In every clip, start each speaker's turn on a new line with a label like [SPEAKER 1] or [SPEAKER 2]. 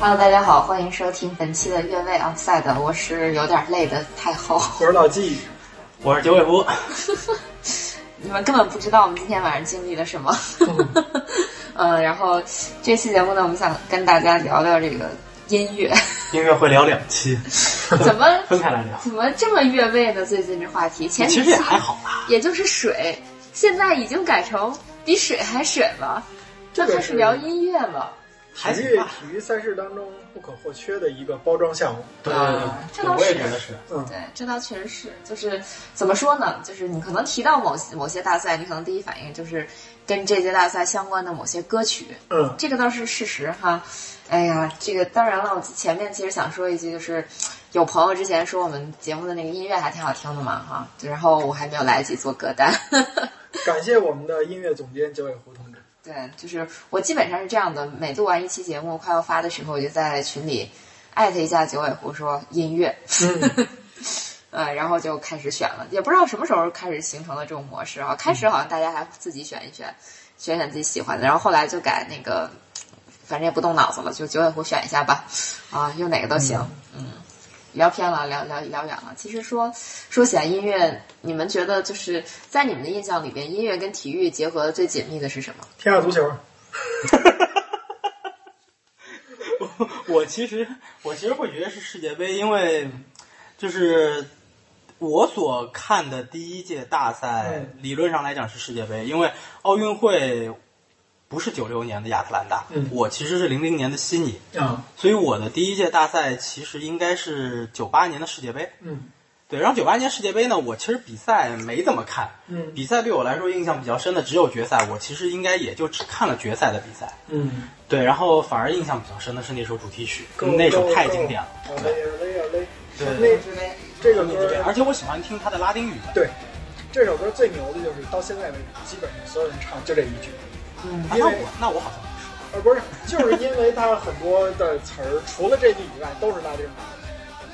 [SPEAKER 1] Hello，大家好，欢迎收听本期的越位 Outside，我是有点累的太后。
[SPEAKER 2] 我是老纪，
[SPEAKER 3] 我是九尾狐，
[SPEAKER 1] 你们根本不知道我们今天晚上经历了什么。 嗯，然后这期节目呢，我们想跟大家聊聊这个音 乐，
[SPEAKER 3] 音乐会聊两期，
[SPEAKER 1] 怎么
[SPEAKER 3] 分开来聊。
[SPEAKER 1] 怎么这么越位呢？最近这话题，前
[SPEAKER 3] 其
[SPEAKER 1] 几
[SPEAKER 3] 实也
[SPEAKER 1] 期
[SPEAKER 3] 还好啦，
[SPEAKER 1] 也就是水，现在已经改成比水还水了，这
[SPEAKER 2] 这个
[SPEAKER 1] 开始
[SPEAKER 2] 是
[SPEAKER 1] 聊音乐了。
[SPEAKER 3] 还
[SPEAKER 2] 体
[SPEAKER 3] 行
[SPEAKER 2] 育
[SPEAKER 3] 吧。
[SPEAKER 2] 体育赛事当中不可或缺的一个包装项目。
[SPEAKER 3] 对
[SPEAKER 1] 啊这
[SPEAKER 3] 对对，
[SPEAKER 1] 倒
[SPEAKER 3] 我也
[SPEAKER 1] 是
[SPEAKER 3] 觉得是。
[SPEAKER 2] 嗯，
[SPEAKER 1] 对，这倒确实是，就是怎么说呢？就是你可能提到某些某些大赛，你可能第一反应就是跟这届大赛相关的某些歌曲，
[SPEAKER 2] 嗯，
[SPEAKER 1] 这个倒是事实哈。哎呀，这个当然了，我前面其实想说一句，就是有朋友之前说我们节目的那个音乐还挺好听的嘛哈，就然后我还没有来得及做歌单。
[SPEAKER 2] 感谢我们的音乐总监九尾狐同志。
[SPEAKER 1] 对，就是我基本上是这样的，每录完一期节目快要发的时候，我就在群里艾特一下九尾狐说音乐， 呃，然后就开始选了，也不知道什么时候开始形成了这种模式啊。开始好像大家还自己选一选，选选自己喜欢的，然后后来就改那个，反正也不动脑子了，就九尾狐选一下吧，啊，用哪个都行，嗯。聊偏了，聊聊聊远了。其实说说起来音乐，你们觉得就是在你们的印象里边，音乐跟体育结合的最紧密的是什么？
[SPEAKER 2] 天下足球，
[SPEAKER 3] 我其实我其实会觉得是世界杯，因为就是我所看的第一届大赛，理论上来讲是世界杯，因为奥运会不是九六年的亚特兰大，
[SPEAKER 2] 嗯
[SPEAKER 3] 我其实是零零年的悉尼，
[SPEAKER 2] 啊，
[SPEAKER 3] 所以我的第一届大赛其实应该是九八年的世界杯。
[SPEAKER 2] 嗯
[SPEAKER 3] 对，然后九八年世界杯呢，我其实比赛没怎么看，
[SPEAKER 2] 嗯
[SPEAKER 3] 比赛对我来说印象比较深的只有决赛，我其实应该也就只看了决赛的比赛。
[SPEAKER 2] 嗯，
[SPEAKER 3] 对，然后反而印象比较深的是那首主题曲，
[SPEAKER 2] Go,
[SPEAKER 3] 那首
[SPEAKER 2] go,
[SPEAKER 3] 太
[SPEAKER 2] go
[SPEAKER 3] 经典了。
[SPEAKER 2] 好嘞，好嘞，好嘞。
[SPEAKER 3] 对
[SPEAKER 2] 那
[SPEAKER 1] 之类。
[SPEAKER 2] 这
[SPEAKER 3] 对
[SPEAKER 2] 个
[SPEAKER 3] 对对，
[SPEAKER 2] 歌，
[SPEAKER 3] 而且我喜欢听它的拉丁语版。
[SPEAKER 2] 对，这首歌最牛的就是到现在为止，基本上所有人唱就这一句，
[SPEAKER 1] 嗯
[SPEAKER 3] 啊，
[SPEAKER 2] 因
[SPEAKER 3] 那
[SPEAKER 2] 为
[SPEAKER 3] 我那我好像不是
[SPEAKER 2] 呃，不是，就是因为它很多的词儿，除了这句以外都是拉丁语，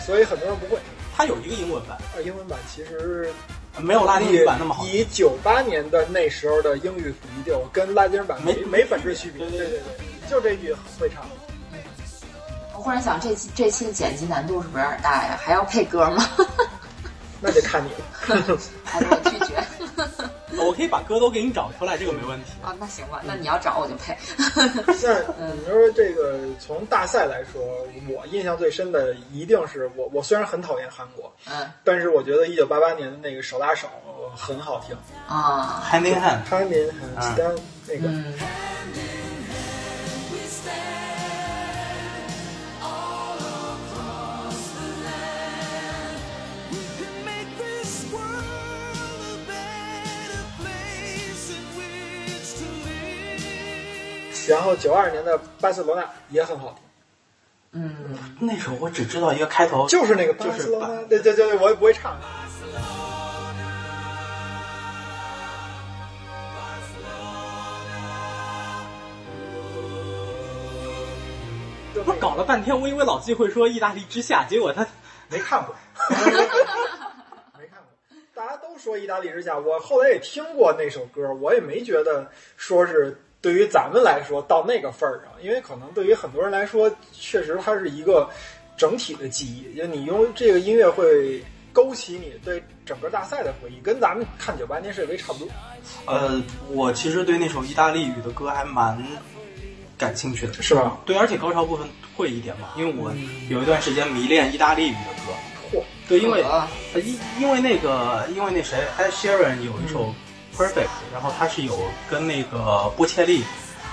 [SPEAKER 2] 所以很多人不会。
[SPEAKER 3] 它有一个英文版，
[SPEAKER 2] 呃，英文版其实
[SPEAKER 3] 没有拉丁语版那么好。
[SPEAKER 2] 以九八年的那时候的英语比调跟拉丁版没
[SPEAKER 3] 没
[SPEAKER 2] 没本质区别。
[SPEAKER 3] 对
[SPEAKER 2] 对
[SPEAKER 3] 对
[SPEAKER 2] 对，就这句会唱。
[SPEAKER 1] 我忽然想，这期这期的剪辑难度是不是有点大呀？还要配歌吗？
[SPEAKER 2] 那得 看你了。
[SPEAKER 1] 还是我拒绝？
[SPEAKER 3] 我可以把歌都给你找出来，这个没问题。
[SPEAKER 1] 哦，那行吧，那你要找我就配。
[SPEAKER 2] 那嗯你说这个从大赛来说，我印象最深的一定是我，我虽然很讨厌韩国，
[SPEAKER 1] 嗯
[SPEAKER 2] 但是我觉得一九八八年的那个手拉手很好听。
[SPEAKER 1] 啊，
[SPEAKER 3] Hand in hand，
[SPEAKER 2] 他们很单那个，
[SPEAKER 1] 嗯，
[SPEAKER 2] 然后九二年的巴塞罗那也很好听，
[SPEAKER 1] 嗯，
[SPEAKER 3] 那首我只知道一个开头，
[SPEAKER 2] 就是那个巴
[SPEAKER 3] 就是
[SPEAKER 2] 塞罗那，对对对对，我也不会唱。就
[SPEAKER 3] 不
[SPEAKER 2] 那
[SPEAKER 3] 是
[SPEAKER 2] 个
[SPEAKER 3] 搞了半天，我以为老季会说意大利之下，结果他
[SPEAKER 2] 没看过，没看过。大家都说《意大利之下》，我后来也听过那首歌，我也没觉得说是对于咱们来说到那个份儿上，因为可能对于很多人来说，确实它是一个整体的记忆，就你用这个音乐会勾起你对整个大赛的回忆，跟咱们看九八年世界杯差不多。
[SPEAKER 3] 呃，我其实对那首意大利语的歌还蛮感兴趣的。
[SPEAKER 2] 是吧？
[SPEAKER 3] 对，而且高潮部分会一点嘛，因为我
[SPEAKER 2] 嗯
[SPEAKER 3] 有一段时间迷恋意大利语的歌。
[SPEAKER 2] 嚯
[SPEAKER 3] 对，因为
[SPEAKER 1] 啊
[SPEAKER 3] 呃因因为那个因为那谁 Ed Sheeran 有一
[SPEAKER 2] 嗯
[SPEAKER 3] 首 Perfect，然后他是有跟那个波切利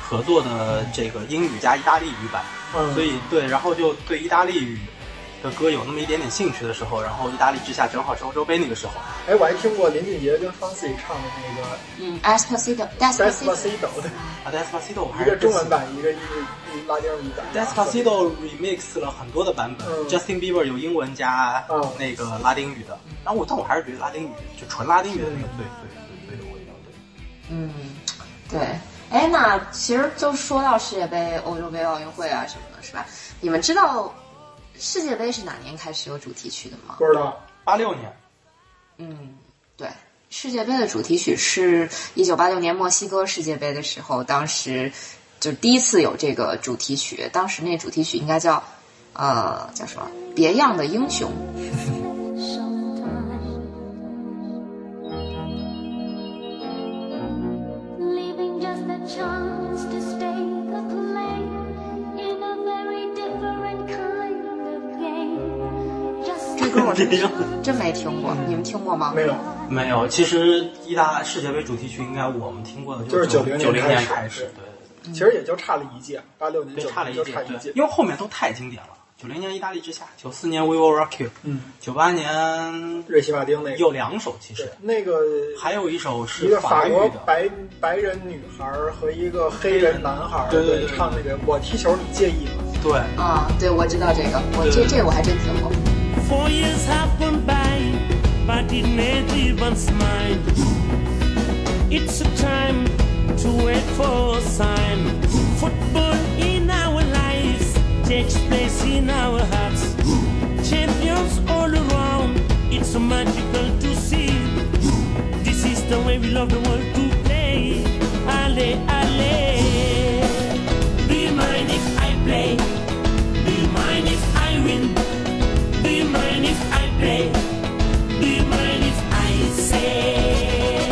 [SPEAKER 3] 合作的这个英语加意大利语版，
[SPEAKER 2] 嗯
[SPEAKER 3] 所以对，然后就对意大利语的歌有那么一点点兴趣的时候，然后意大利之下正好是欧洲杯那个时候，
[SPEAKER 2] 哎，我还听过林俊杰跟方思雨唱的那个
[SPEAKER 1] 嗯 e s p a c i t o e
[SPEAKER 2] 《
[SPEAKER 1] s p a c i t o
[SPEAKER 2] Despacito》的，
[SPEAKER 3] 啊 Despacito 我还
[SPEAKER 2] 一
[SPEAKER 3] 是
[SPEAKER 2] 个中文。版，一个一个拉丁语版。
[SPEAKER 3] Despacito remix 了很多的版本、
[SPEAKER 2] 嗯
[SPEAKER 3] j u s t i n Bieber 有英文加
[SPEAKER 2] 嗯
[SPEAKER 3] 那个拉丁语的，然后我但我还是觉得拉丁语就纯拉丁语的那个
[SPEAKER 2] 嗯
[SPEAKER 3] 最最最最有味道，对。
[SPEAKER 1] 嗯，对。哎，那其实就说到世界杯、欧洲杯、奥运会啊什么的，是吧？你们知道世界杯是哪年开始有主题曲的吗？
[SPEAKER 2] 不知道，
[SPEAKER 3] 八六年，
[SPEAKER 1] 嗯，对，世界杯的主题曲是一九八六年墨西哥世界杯的时候，当时就是第一次有这个主题曲，当时那主题曲应该叫呃叫什么？别样的英雄。
[SPEAKER 4] leaving just a chance to stay the play in a very different kind of game. Just
[SPEAKER 1] 这歌我
[SPEAKER 3] 别样
[SPEAKER 1] 真真没听过，你们听过吗？
[SPEAKER 2] 没有，
[SPEAKER 3] 没有，其实一大世界杯主题曲应该我们听过的
[SPEAKER 2] 就是
[SPEAKER 3] 是九
[SPEAKER 2] 90
[SPEAKER 3] 九
[SPEAKER 2] 年
[SPEAKER 3] 零
[SPEAKER 2] 开始
[SPEAKER 3] 开始，对，
[SPEAKER 2] 其实也就差了一届，八六年、
[SPEAKER 3] 对
[SPEAKER 2] 九
[SPEAKER 3] 差了
[SPEAKER 2] 零
[SPEAKER 3] 一
[SPEAKER 2] 就
[SPEAKER 3] 届，
[SPEAKER 2] 差一
[SPEAKER 3] 对
[SPEAKER 2] 届，。
[SPEAKER 3] 因为后面都太经典了。九零年意大利之夏，九四年 We Will Rock You，
[SPEAKER 2] 嗯，
[SPEAKER 3] 九八年
[SPEAKER 2] 瑞奇·马丁那个，
[SPEAKER 3] 有两首其
[SPEAKER 2] 对
[SPEAKER 3] 实，
[SPEAKER 2] 那个
[SPEAKER 3] 还有一首
[SPEAKER 2] 一
[SPEAKER 3] 是
[SPEAKER 2] 个法
[SPEAKER 3] 语
[SPEAKER 2] 国
[SPEAKER 3] 的，
[SPEAKER 2] 白白人女孩儿和一个黑人男孩儿，
[SPEAKER 3] 对对对对
[SPEAKER 2] 唱那个“我踢球你介意吗
[SPEAKER 3] 对，
[SPEAKER 1] 啊，对，我知道这个，我这
[SPEAKER 3] 对
[SPEAKER 1] 这我还真听过。
[SPEAKER 5] Four years have gone by, but it never even smile. It's a time to wait for a sign. Football in our lives takes place in our hearts. Champions all around, it's so magical to see. This is the way we love the world to play. Ale, ale. Do you mind if I play? Do you mind if I win? Do you mind if I play? Do you mind if I say?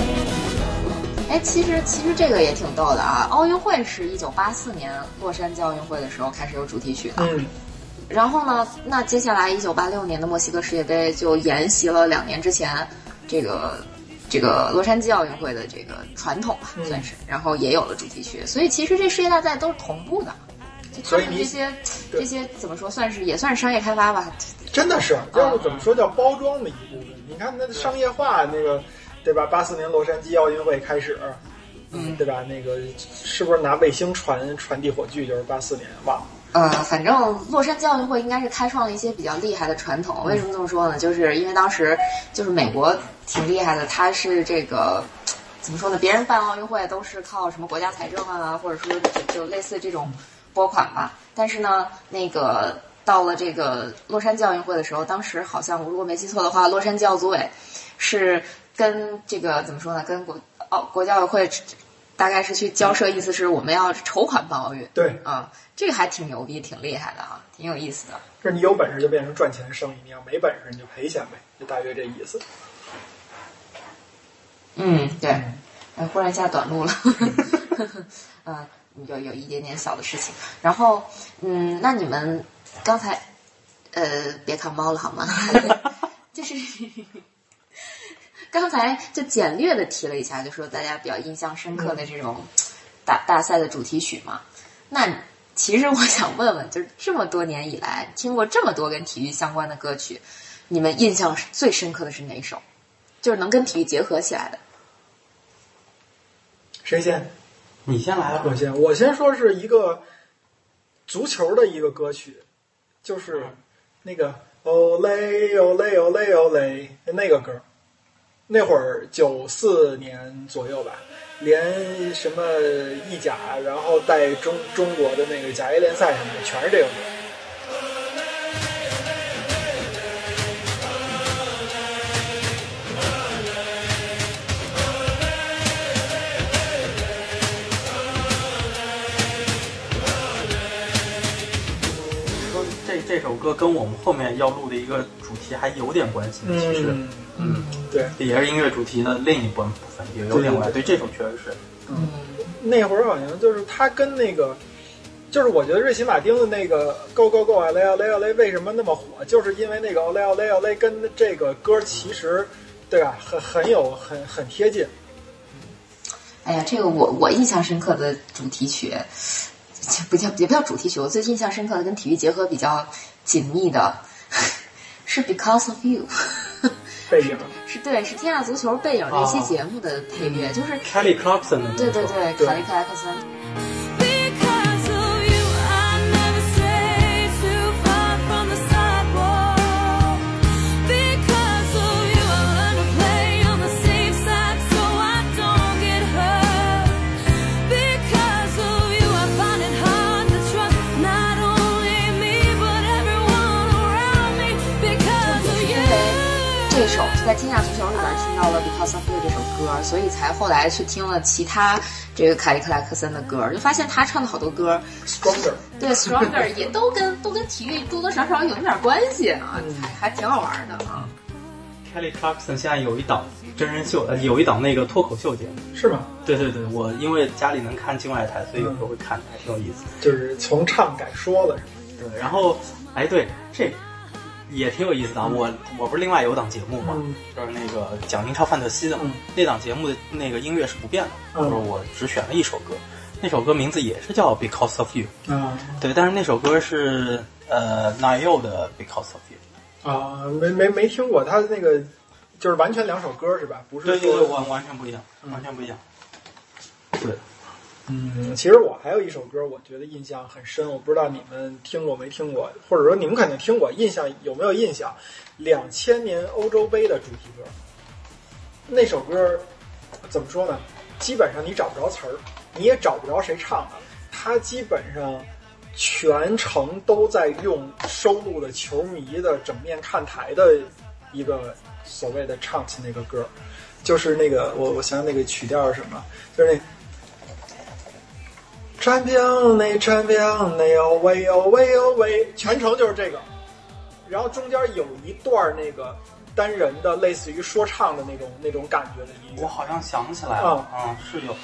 [SPEAKER 1] 哎，其实其实这个也挺逗的啊！奥运会是一九八四年洛杉矶奥运会的时候开始有主题曲”？的，
[SPEAKER 2] 嗯，
[SPEAKER 1] 然后呢，那接下来一九八六年的墨西哥世界杯就沿袭了两年之前这个这个洛杉矶奥运会的这个传统吧，
[SPEAKER 2] 嗯
[SPEAKER 1] 算是，然后也有了主题曲，所以其实这世界大赛都是同步的。就他
[SPEAKER 2] 所以
[SPEAKER 1] 们
[SPEAKER 2] 你
[SPEAKER 1] 这些
[SPEAKER 2] 对
[SPEAKER 1] 这些怎么说，算是也算是商业开发吧，
[SPEAKER 2] 真的
[SPEAKER 3] 啊
[SPEAKER 2] 是，要怎么说叫包装的一部分？你看那商业化那个，对吧？八四年洛杉矶奥运会开始，
[SPEAKER 1] 嗯
[SPEAKER 2] 对吧？那个是不是拿卫星传传递火炬？就是八四年，忘了。
[SPEAKER 1] 呃，反正洛杉矶奥运会应该是开创了一些比较厉害的传统。为什么这么说呢？就是因为当时就是美国挺厉害的，它是这个怎么说呢？别人办奥运会都是靠什么国家财政啊，或者说就类似这种拨款吧。但是呢，那个到了这个洛杉矶奥运会的时候，当时好像我如果没记错的话，洛杉矶奥组委是跟这个怎么说呢？跟国奥国家奥委会大概是去交涉，意思是我们要筹款办奥运。
[SPEAKER 2] 对，
[SPEAKER 1] 啊，这个还挺牛逼，挺厉害的啊，挺有意思的。
[SPEAKER 2] 是你有本事就变成赚钱生意，你要没本事你就赔钱呗，就大约这意思。
[SPEAKER 1] 嗯，对，哎，忽然一下短路了， 嗯，有有一点点小的事情。然后，嗯，那你们刚才，呃，别看猫了好吗？ 就是 刚才就简略的提了一下，就说大家比较印象深刻的这种大大赛的主题曲嘛。那其实我想问问，就是这么多年以来，听过这么多跟体育相关的歌曲，你们印象最深刻的是哪首？就是能跟体育结合起来的。
[SPEAKER 2] 谁先？
[SPEAKER 3] 你先来吧
[SPEAKER 2] 我，先，我先说是一个足球的一个歌曲，就是那个哦嘞哦嘞哦嘞哦嘞那个歌儿，那会儿九四年左右吧，连什么意甲，然后带中中国的那个甲 A 联赛什么的，全是这个歌儿。
[SPEAKER 3] 你说这这首歌跟我们后面要录的一个主题还有点关系，其实，
[SPEAKER 2] 嗯，
[SPEAKER 3] 嗯，
[SPEAKER 2] 对，
[SPEAKER 3] 这也是音乐主题的另一部分，也有点关系。对这首确实是，
[SPEAKER 2] 那会儿好像就是他跟那个，就是我觉得瑞奇马丁的那个 Go Go Go 啊嘞啊嘞啊嘞为什么那么火，就是因为那个啊嘞啊嘞啊嘞跟这个歌其实对吧，很很有很很贴近。
[SPEAKER 1] 哎呀，这个我我印象深刻的主题曲，这不叫也不叫主题曲，我最印象深刻的跟体育结合比较紧密的是 Because of You，
[SPEAKER 2] 背影，
[SPEAKER 1] 是对，是《天下足球背影》那期节目的配乐，就是。
[SPEAKER 3] Kelly Clarkson 的那
[SPEAKER 1] 对
[SPEAKER 3] 首，
[SPEAKER 1] 对对，
[SPEAKER 2] 对
[SPEAKER 1] 卡利克莱克森，
[SPEAKER 4] because of you, I never stray too far from the sidewalk. Because of you, I learn to play on the safe side so I don't get hurt. Because of you, I find it hard to trust not only me but everyone around me. Because of
[SPEAKER 1] 因
[SPEAKER 4] you.
[SPEAKER 1] 为这首就在《天下足球》里边听到了《Because of You》这首歌，儿，所以才后来去听了其他这个凯利克莱克森的歌儿，就发现他唱的好多歌儿，
[SPEAKER 2] ，stronger。
[SPEAKER 1] 对 Stronger 也都跟都跟体育多多少少有一点关系啊，还还挺好玩儿的啊。
[SPEAKER 3] Kelly Clarkson 现在有一档真人秀，呃，有一档那个脱口秀节目。
[SPEAKER 2] 是吗？
[SPEAKER 3] 对对对，我因为家里能看境外台，所以有时候会看，还挺有意思。
[SPEAKER 2] 就是从唱改说了，是吗？
[SPEAKER 3] 对，然后，哎，对，这也挺有意思的啊。我我不是另外有档节目嘛，
[SPEAKER 2] 嗯
[SPEAKER 3] 就是那个讲英超范特西的嘛。
[SPEAKER 2] 嗯
[SPEAKER 3] 那档节目的那个音乐是不变的，
[SPEAKER 2] 嗯
[SPEAKER 3] 就是我只选了一首歌，那首歌名字也是叫《Because of You》。
[SPEAKER 2] 啊
[SPEAKER 3] 对，但是那首歌是呃 n i o 的《Because of You》。
[SPEAKER 2] 啊，没没没听过他那个，就是完全两首歌是吧？不是
[SPEAKER 3] 对对
[SPEAKER 2] 说
[SPEAKER 3] 对，完完全不一样，完全不一样。嗯对，
[SPEAKER 2] 嗯，其实我还有一首歌，我觉得印象很深，我不知道你们听过没听过，或者说你们肯定听过，印象有没有印象？两千年欧洲杯的主题歌，那首歌怎么说呢？基本上你找不着词儿，你也找不着谁唱的，它基本上全程都在用收录的球迷的整面看台的一个所谓的唱起那个歌，就是那个我我想想那个曲调是什么，就是那。产品内产品内哦喂哦喂哦喂，全程就是这个，然后中间有一段那个单人的类似于说唱的那种那种感觉的音
[SPEAKER 3] 我
[SPEAKER 2] 乐，
[SPEAKER 3] 好像想起来了，嗯，是有。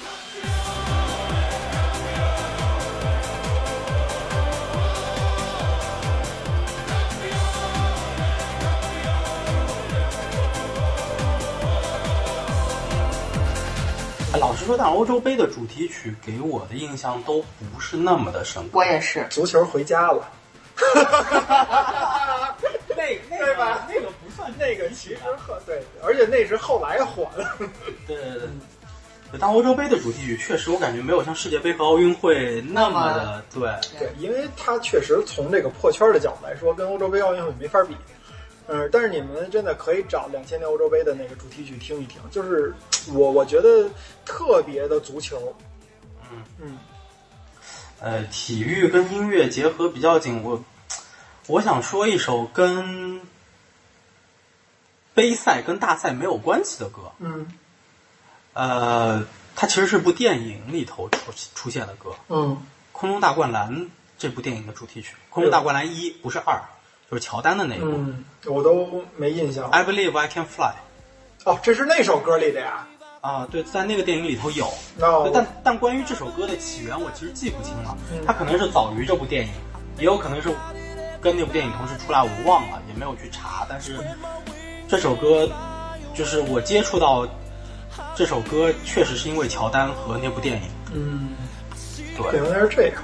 [SPEAKER 3] 哎老实说，但欧洲杯的主题曲给我的印象都不是那么的深刻。
[SPEAKER 1] 我也是，
[SPEAKER 2] 足球回家了。
[SPEAKER 3] 那
[SPEAKER 2] 对吧
[SPEAKER 3] 那个不算
[SPEAKER 2] 那个其实很对，而且那是后来火 的。
[SPEAKER 3] 对对对。对但欧洲杯的主题曲确实，我感觉没有像世界杯和奥运会那么的对。
[SPEAKER 2] 对，因为它确实从这个破圈的角度来说，跟欧洲杯、奥运会没法比。嗯，但是你们真的可以找两千年欧洲杯的那个主题曲听一听，就是我我觉得特别的足球。
[SPEAKER 3] 嗯
[SPEAKER 2] 嗯，
[SPEAKER 3] 呃，体育跟音乐结合比较紧，我我想说一首跟杯赛跟大赛没有关系的歌，
[SPEAKER 2] 嗯
[SPEAKER 3] 呃，它其实是部电影里头出出现的歌，《
[SPEAKER 2] 嗯
[SPEAKER 3] 空中大灌篮》这部电影的主题曲，《空中大灌篮一》不是二，就是乔丹的那一部，
[SPEAKER 2] 嗯，我都没印象。
[SPEAKER 3] I believe I can fly》
[SPEAKER 2] 哦，这是那首歌里的呀。哦
[SPEAKER 3] 啊，对，在那个电影里头有，
[SPEAKER 2] 那
[SPEAKER 3] 对
[SPEAKER 2] 我
[SPEAKER 3] 但但关于这首歌的起源，我其实记不清了
[SPEAKER 2] 嗯，
[SPEAKER 3] 它可能是早于这部电影，也有可能是跟那部电影同时出来，我忘了，也没有去查。但是这首歌，就是我接触到这首歌，确实是因为乔丹和那部电影。
[SPEAKER 2] 嗯，
[SPEAKER 3] 对
[SPEAKER 2] 原来是这样。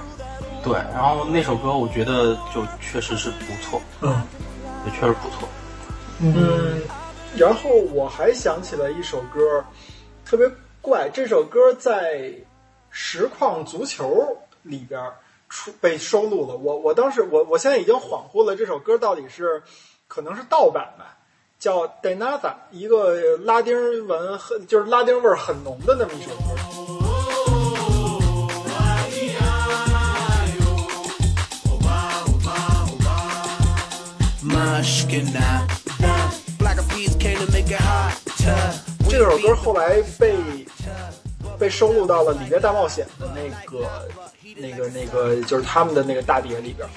[SPEAKER 3] 对，然后那首歌我觉得就确实是不错，
[SPEAKER 2] 嗯。
[SPEAKER 3] 也确实不错。
[SPEAKER 2] 嗯，然后我还想起来一首歌，特别怪。这首歌在实况足球里边儿出被收录了。我我当时我我现在已经恍惚了，这首歌到底是可能是盗版吧，叫《De Nada》，一个拉丁文很就是拉丁味儿很浓的那么一首歌。
[SPEAKER 6] Black eyed peas came to make it hot. We
[SPEAKER 2] 这首歌后来被被收录到了《里约大冒险》的那个、那个、那个，就是他们的那个大碟里边儿。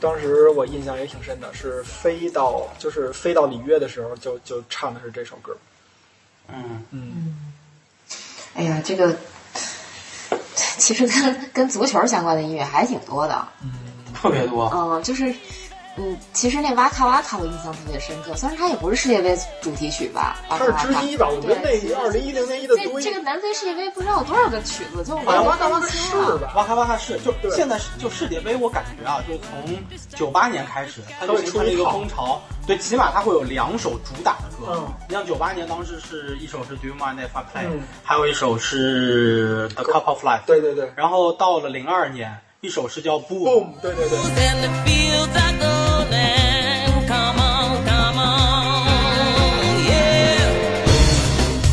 [SPEAKER 2] 当时我印象也挺深的，是飞到就是飞到里约的时候就，就唱的是这首歌。
[SPEAKER 3] 嗯，
[SPEAKER 1] 哎呀，这个其实跟跟足球相关的音乐还挺多的，
[SPEAKER 3] 特别多。
[SPEAKER 1] 嗯，就是。嗯，其实那哇卡哇卡我印象特别深刻，虽然它也不是世界杯主题曲吧，哇
[SPEAKER 2] 它
[SPEAKER 1] 卡
[SPEAKER 2] 是
[SPEAKER 1] 哇卡
[SPEAKER 2] 之一吧？我觉得
[SPEAKER 1] 对
[SPEAKER 2] 那二零一零年一的
[SPEAKER 1] 这
[SPEAKER 2] 堆，
[SPEAKER 1] 这个南非世界杯不知道有多少个曲子，就我
[SPEAKER 2] 好像
[SPEAKER 1] 都
[SPEAKER 2] 哇嘎哇
[SPEAKER 1] 分不
[SPEAKER 2] 嘎是
[SPEAKER 1] 清了。
[SPEAKER 2] 吧？
[SPEAKER 3] 哇哈哇哈是，就
[SPEAKER 2] 对
[SPEAKER 3] 现在是就世界杯，我感觉啊，就是从九八年开始，它就形成了一个风潮。对，起码它会有两首主打的歌。
[SPEAKER 2] 嗯
[SPEAKER 3] 你像九八年当时是一首是《Do You Mind If I Play》，
[SPEAKER 2] 嗯
[SPEAKER 3] 还有一首是《The Cup of Life》。
[SPEAKER 2] 对对对
[SPEAKER 3] 然后到了零二年，一首是叫《Boom》。
[SPEAKER 2] ，boom，对对对，
[SPEAKER 4] And the fields are golden. Come on, come on, yeah.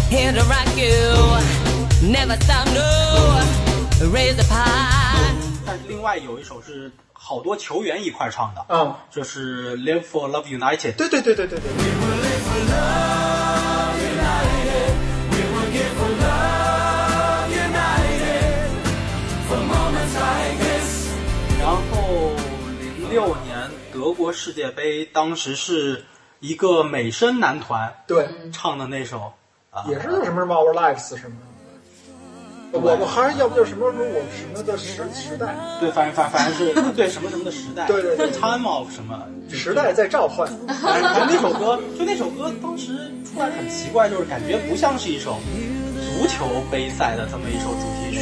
[SPEAKER 4] Here to rock you, never stop, no. Raise the pie.
[SPEAKER 3] 但是另外有一首是好多球员一块儿唱的，
[SPEAKER 2] 嗯，
[SPEAKER 3] 就是《Live for Love United》。
[SPEAKER 2] 对对对对对对。
[SPEAKER 3] 六年德国世界杯，当时是一个美声男团
[SPEAKER 2] 对，
[SPEAKER 3] 唱的那首，啊、
[SPEAKER 2] 也是叫什么什么 Our Lives 什么的。我我还是要不就什么什么我什么的时时代，
[SPEAKER 3] 对，反正反反 正是对什么什么的时代，
[SPEAKER 2] 对对对
[SPEAKER 3] time of 什么就是
[SPEAKER 2] 时代在召唤。
[SPEAKER 3] 反正那首歌，就那首歌当时出来很奇怪，就是感觉不像是一首足球杯赛的这么一首主题曲。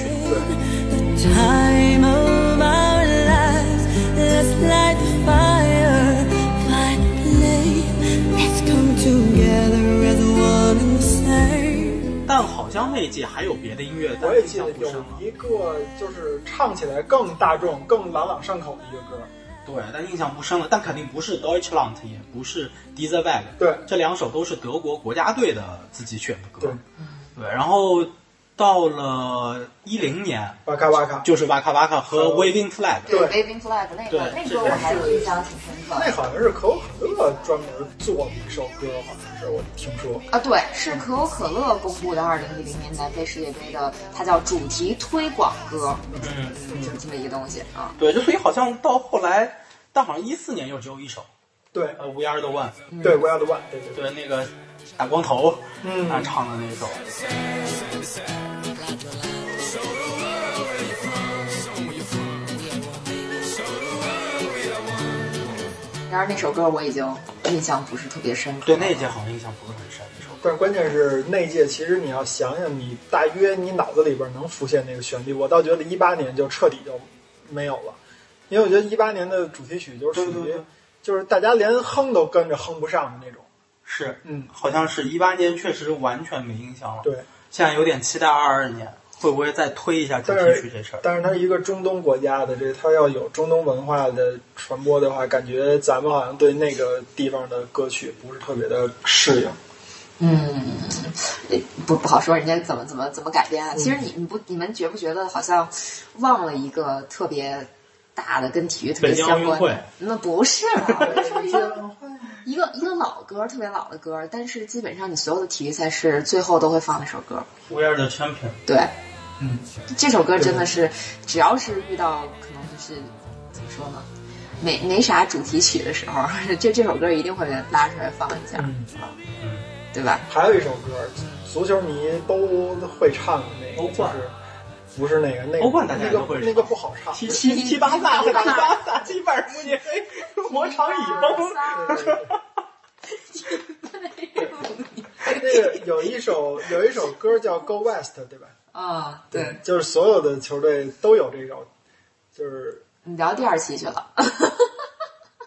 [SPEAKER 4] Time of our lives, let's light the fire, find a flame. Let's come together as one and the same.
[SPEAKER 3] 但好像那一届还有别的音乐，但
[SPEAKER 2] 我也
[SPEAKER 3] 印
[SPEAKER 2] 记得
[SPEAKER 3] 象不
[SPEAKER 2] 有
[SPEAKER 3] 深了。
[SPEAKER 2] 一个就是唱起来更大众、更朗朗上口的一个歌，
[SPEAKER 3] 对，但印象不深了。但肯定不是 Deutschland，也不是 d i s e w a g
[SPEAKER 2] 对
[SPEAKER 3] 这两首都是德国国家队的自己选的歌。
[SPEAKER 2] 对，
[SPEAKER 3] 对然后到了一零年，
[SPEAKER 2] 哇咔哇咔，
[SPEAKER 3] 就是瓦卡瓦卡和
[SPEAKER 2] 和
[SPEAKER 3] Waving Flag。
[SPEAKER 2] 对
[SPEAKER 1] Waving Flag 那个
[SPEAKER 3] 对
[SPEAKER 1] 那歌我还有印象挺深刻
[SPEAKER 2] 那
[SPEAKER 1] 的
[SPEAKER 2] 好像是可口可乐专门做的一首歌，好像是我听说。
[SPEAKER 1] 啊，对，是可口可乐公布的二零一零年南非世界杯的，它叫主题推广歌，
[SPEAKER 3] 嗯，
[SPEAKER 1] 就这么一个东西啊。
[SPEAKER 3] 对，就所以好像到后来，但好像一四年又只有一首，
[SPEAKER 2] 对
[SPEAKER 3] 呃，We Are the One。
[SPEAKER 2] 对，We Are the One，对对对，
[SPEAKER 3] 对，那个大光头，
[SPEAKER 2] 嗯
[SPEAKER 3] 他唱的那首。
[SPEAKER 1] 然而那首歌我已经印象不是特别深刻。
[SPEAKER 3] 对，那一届好像印象不是很深，那首歌。
[SPEAKER 2] 但关键是那一届，其实你要想想，你大约你脑子里边能浮现那个旋律，我倒觉得一八年就彻底就没有了，因为我觉得一八年的主题曲就是属于
[SPEAKER 3] 对对对
[SPEAKER 2] 就是大家连哼都跟着哼不上的那种。
[SPEAKER 3] 是，
[SPEAKER 2] 嗯
[SPEAKER 3] 好像是一八年，确实完全没印象了。
[SPEAKER 2] 对，
[SPEAKER 3] 现在有点期待二二年会不会再推一下主
[SPEAKER 2] 但
[SPEAKER 3] 题曲
[SPEAKER 2] 是
[SPEAKER 3] 这事儿。
[SPEAKER 2] 但是它是一个中东国家的，这它要有中东文化的传播的话，感觉咱们好像对那个地方的歌曲不是特别的适应。
[SPEAKER 1] 嗯，不不好说，人家怎么怎么怎么改编啊？其实你你不你们觉不觉得好像忘了一个特别大的跟体育特别
[SPEAKER 3] 北京
[SPEAKER 1] 相关
[SPEAKER 3] 奥运会
[SPEAKER 1] 的？那不是啊啦，就是一个一个一个老歌，特别老的歌，但是基本上你所有的体育赛事最后都会放那首歌。
[SPEAKER 3] We Are the Champion。
[SPEAKER 1] 对，
[SPEAKER 2] 嗯，
[SPEAKER 1] 这首歌真的是，只要是遇到可能就是怎么说呢，没没啥主题曲的时候， 这这首歌一定会拉出来放一下，
[SPEAKER 2] 嗯
[SPEAKER 1] 啊对吧？
[SPEAKER 2] 还有一首歌，足球迷都会唱的那个，
[SPEAKER 3] 欧
[SPEAKER 2] 就
[SPEAKER 3] 冠
[SPEAKER 2] 是不是那个那个
[SPEAKER 3] 欧冠大家
[SPEAKER 2] 那
[SPEAKER 3] 也
[SPEAKER 2] 个
[SPEAKER 3] 都会唱
[SPEAKER 2] 那个不好唱。
[SPEAKER 3] 踢踢踢巴萨，踢巴萨，踢拜仁慕尼黑，磨场以崩。
[SPEAKER 2] 那个有一首有一首歌叫《Go West》，对吧？
[SPEAKER 1] 啊，对，
[SPEAKER 2] 就是所有的球队都有这首，就是
[SPEAKER 1] 你聊第二期去了，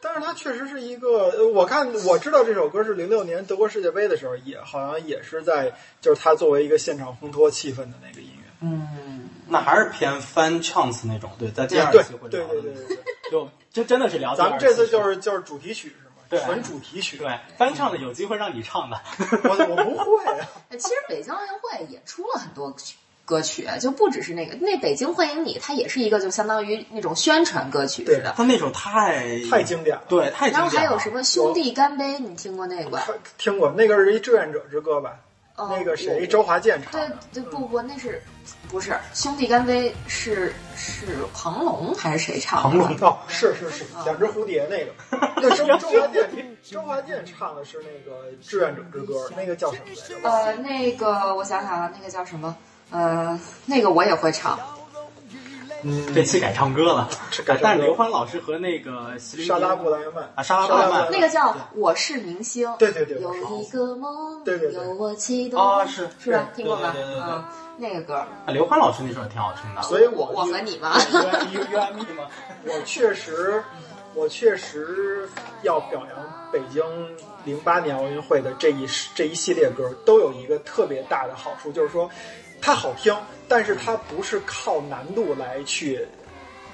[SPEAKER 2] 但是它确实是一个，呃我看我知道这首歌是零六年德国世界杯的时候，也好像也是在，就是它作为一个现场烘托气氛的那个音乐。
[SPEAKER 1] 嗯，
[SPEAKER 3] 那还是偏 Fan Chance 那种，对，在第二
[SPEAKER 2] 对
[SPEAKER 3] 期会
[SPEAKER 2] 对
[SPEAKER 3] 聊的
[SPEAKER 2] 对
[SPEAKER 3] 那
[SPEAKER 2] 对
[SPEAKER 3] 种。
[SPEAKER 2] 对对，
[SPEAKER 3] 就这真的是聊第
[SPEAKER 2] 咱
[SPEAKER 3] 二期。
[SPEAKER 2] 们这次就是就是主题曲是吗？
[SPEAKER 3] 对
[SPEAKER 2] 纯主题曲。
[SPEAKER 3] 对翻唱的，有机会让你唱的。
[SPEAKER 2] 我我不会 啊。
[SPEAKER 1] 其实北京奥运会也出了很多歌曲，就不只是那个那北京欢迎你，它也是一个就相当于那种宣传歌曲似的。
[SPEAKER 3] 他那首太
[SPEAKER 2] 太经典了
[SPEAKER 3] 对，太经
[SPEAKER 1] 然
[SPEAKER 3] 典了。
[SPEAKER 1] 后还有什么兄弟干杯，你听过那个？
[SPEAKER 2] 看听过那个是一志愿者之歌吧？
[SPEAKER 1] 哦
[SPEAKER 2] 那个谁
[SPEAKER 1] 我
[SPEAKER 2] 周华健唱
[SPEAKER 1] 对
[SPEAKER 2] 的，
[SPEAKER 1] 对不不，那是不是兄弟干杯是是庞龙还是谁唱的？
[SPEAKER 3] 庞龙
[SPEAKER 2] 哦，是是是，两只蝴蝶 那个，那周周华健，周华健唱的是那个《志愿者之歌》，那个叫什么来着？
[SPEAKER 1] 呃，那个我想想啊，那个叫什么？呃，那个我也会唱。
[SPEAKER 2] 嗯
[SPEAKER 3] 这期改唱歌了，
[SPEAKER 2] 是 改唱歌
[SPEAKER 3] 但是刘欢老师和那个席琳迪
[SPEAKER 2] 莎拉布莱曼
[SPEAKER 3] 啊，莎拉布莱曼
[SPEAKER 1] 那个叫《我是明星》，
[SPEAKER 2] 对对对
[SPEAKER 1] 有
[SPEAKER 2] 我是明
[SPEAKER 1] 一个梦，
[SPEAKER 2] 对对对
[SPEAKER 1] 有我悸动
[SPEAKER 3] 啊是
[SPEAKER 1] 是吧？
[SPEAKER 3] 对
[SPEAKER 1] 听过吧？
[SPEAKER 3] 对对对对
[SPEAKER 1] 嗯，那个歌，
[SPEAKER 3] 啊刘欢老师那首也挺好听 的，
[SPEAKER 2] 所以
[SPEAKER 1] 我我和你嘛，
[SPEAKER 3] U U M E 吗？
[SPEAKER 2] 我确实，我确实要表扬北京零八年奥运会的这一这一系列歌，都有一个特别大的好处，就是说它好听，但是它不是靠难度来去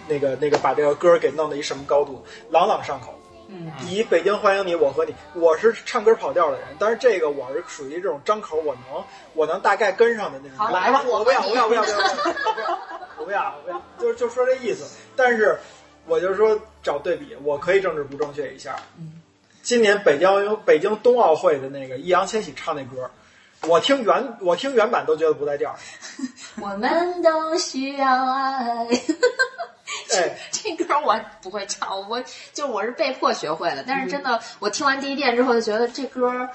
[SPEAKER 2] 那个那个把这个歌给弄到一什么高度，朗朗上口。
[SPEAKER 1] 嗯，
[SPEAKER 2] 以北京欢迎你，我和你，我是唱歌跑调的人，但是这个我是属于这种张口，我能我能大概跟上的那种。
[SPEAKER 1] 好
[SPEAKER 2] 来吧，
[SPEAKER 1] 我
[SPEAKER 2] 我不要，不要，不要，不要，我不要，我不要，就就说这意思。但是我就说找对比，我可以政治不正确一下。今年北京奥运北京冬奥会的那个易烊千玺唱那歌，我听原我听原版都觉得不带调儿。
[SPEAKER 1] 我们都需要爱。
[SPEAKER 2] 哎，
[SPEAKER 1] 这歌然我不会唱，我就是我是被迫学会的。但是真的，我听完第一遍之后就觉得这歌儿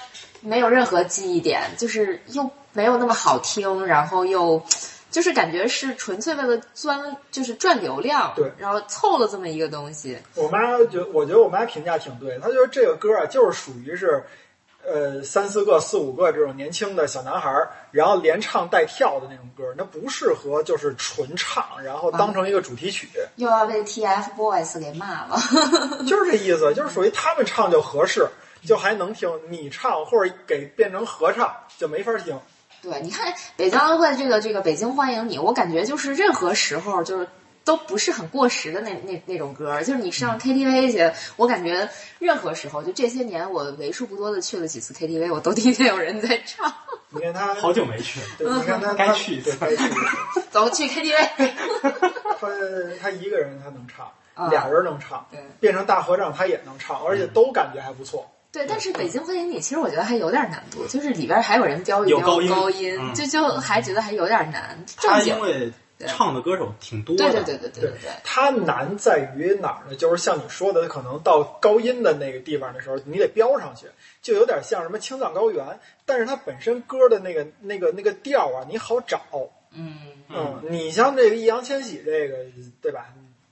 [SPEAKER 1] 没有任何记忆点，就是又没有那么好听，然后又就是感觉是纯粹为了钻，就是赚流量，
[SPEAKER 2] 对
[SPEAKER 1] 然后凑了这么一个东西。
[SPEAKER 2] 我妈觉，我觉得我妈评价挺对，她觉得这个歌啊，就是属于是，呃，三四个、四五个这种年轻的小男孩儿，然后连唱带跳的那种歌，那不适合就是纯唱，然后当成一个主题曲，
[SPEAKER 1] 又要被 TFBOYS 给骂 了，
[SPEAKER 2] 就是这意思，就是属于他们唱就合适，就还能听，你唱或者给变成合唱就没法听。
[SPEAKER 1] 对，你看北京奥运会这个这个《北京欢迎你》，我感觉就是任何时候就是都不是很过时的那那那种歌儿，就是你
[SPEAKER 3] 嗯
[SPEAKER 1] 上 KTV 去，我感觉任何时候就这些年我为数不多的去了几次 KTV，我都 听见有人在唱，
[SPEAKER 2] 你看他
[SPEAKER 3] 好久没去了。
[SPEAKER 2] 对，你看他
[SPEAKER 3] 该
[SPEAKER 2] 他
[SPEAKER 3] 去一次
[SPEAKER 2] 对该去一次。
[SPEAKER 1] 走去 KTV。
[SPEAKER 2] 他他一个人他能唱
[SPEAKER 1] 啊，
[SPEAKER 2] 俩人能唱
[SPEAKER 1] 对，
[SPEAKER 2] 变成大合唱他也能唱，
[SPEAKER 3] 嗯
[SPEAKER 2] 而且都感觉还不错。
[SPEAKER 1] 对，但是《北京欢迎你》其实我觉得还有点难度，就是里边还有人飙一
[SPEAKER 3] 有
[SPEAKER 1] 飙
[SPEAKER 3] 高音
[SPEAKER 1] 高音，
[SPEAKER 3] 嗯
[SPEAKER 1] 就就还觉得还有点难。正
[SPEAKER 3] 他
[SPEAKER 1] 经
[SPEAKER 3] 因，为唱的歌手挺多
[SPEAKER 1] 对
[SPEAKER 3] 的，
[SPEAKER 1] 对对对对对对。
[SPEAKER 2] 它难在于哪儿呢？就是像你说的，可能到高音的那个地方的时候，你得飙上去，就有点像什么青藏高原，但是它本身歌的那个那个那个调啊，你好找。
[SPEAKER 1] 嗯，
[SPEAKER 2] 嗯，你像这个易烊千玺这个，对吧？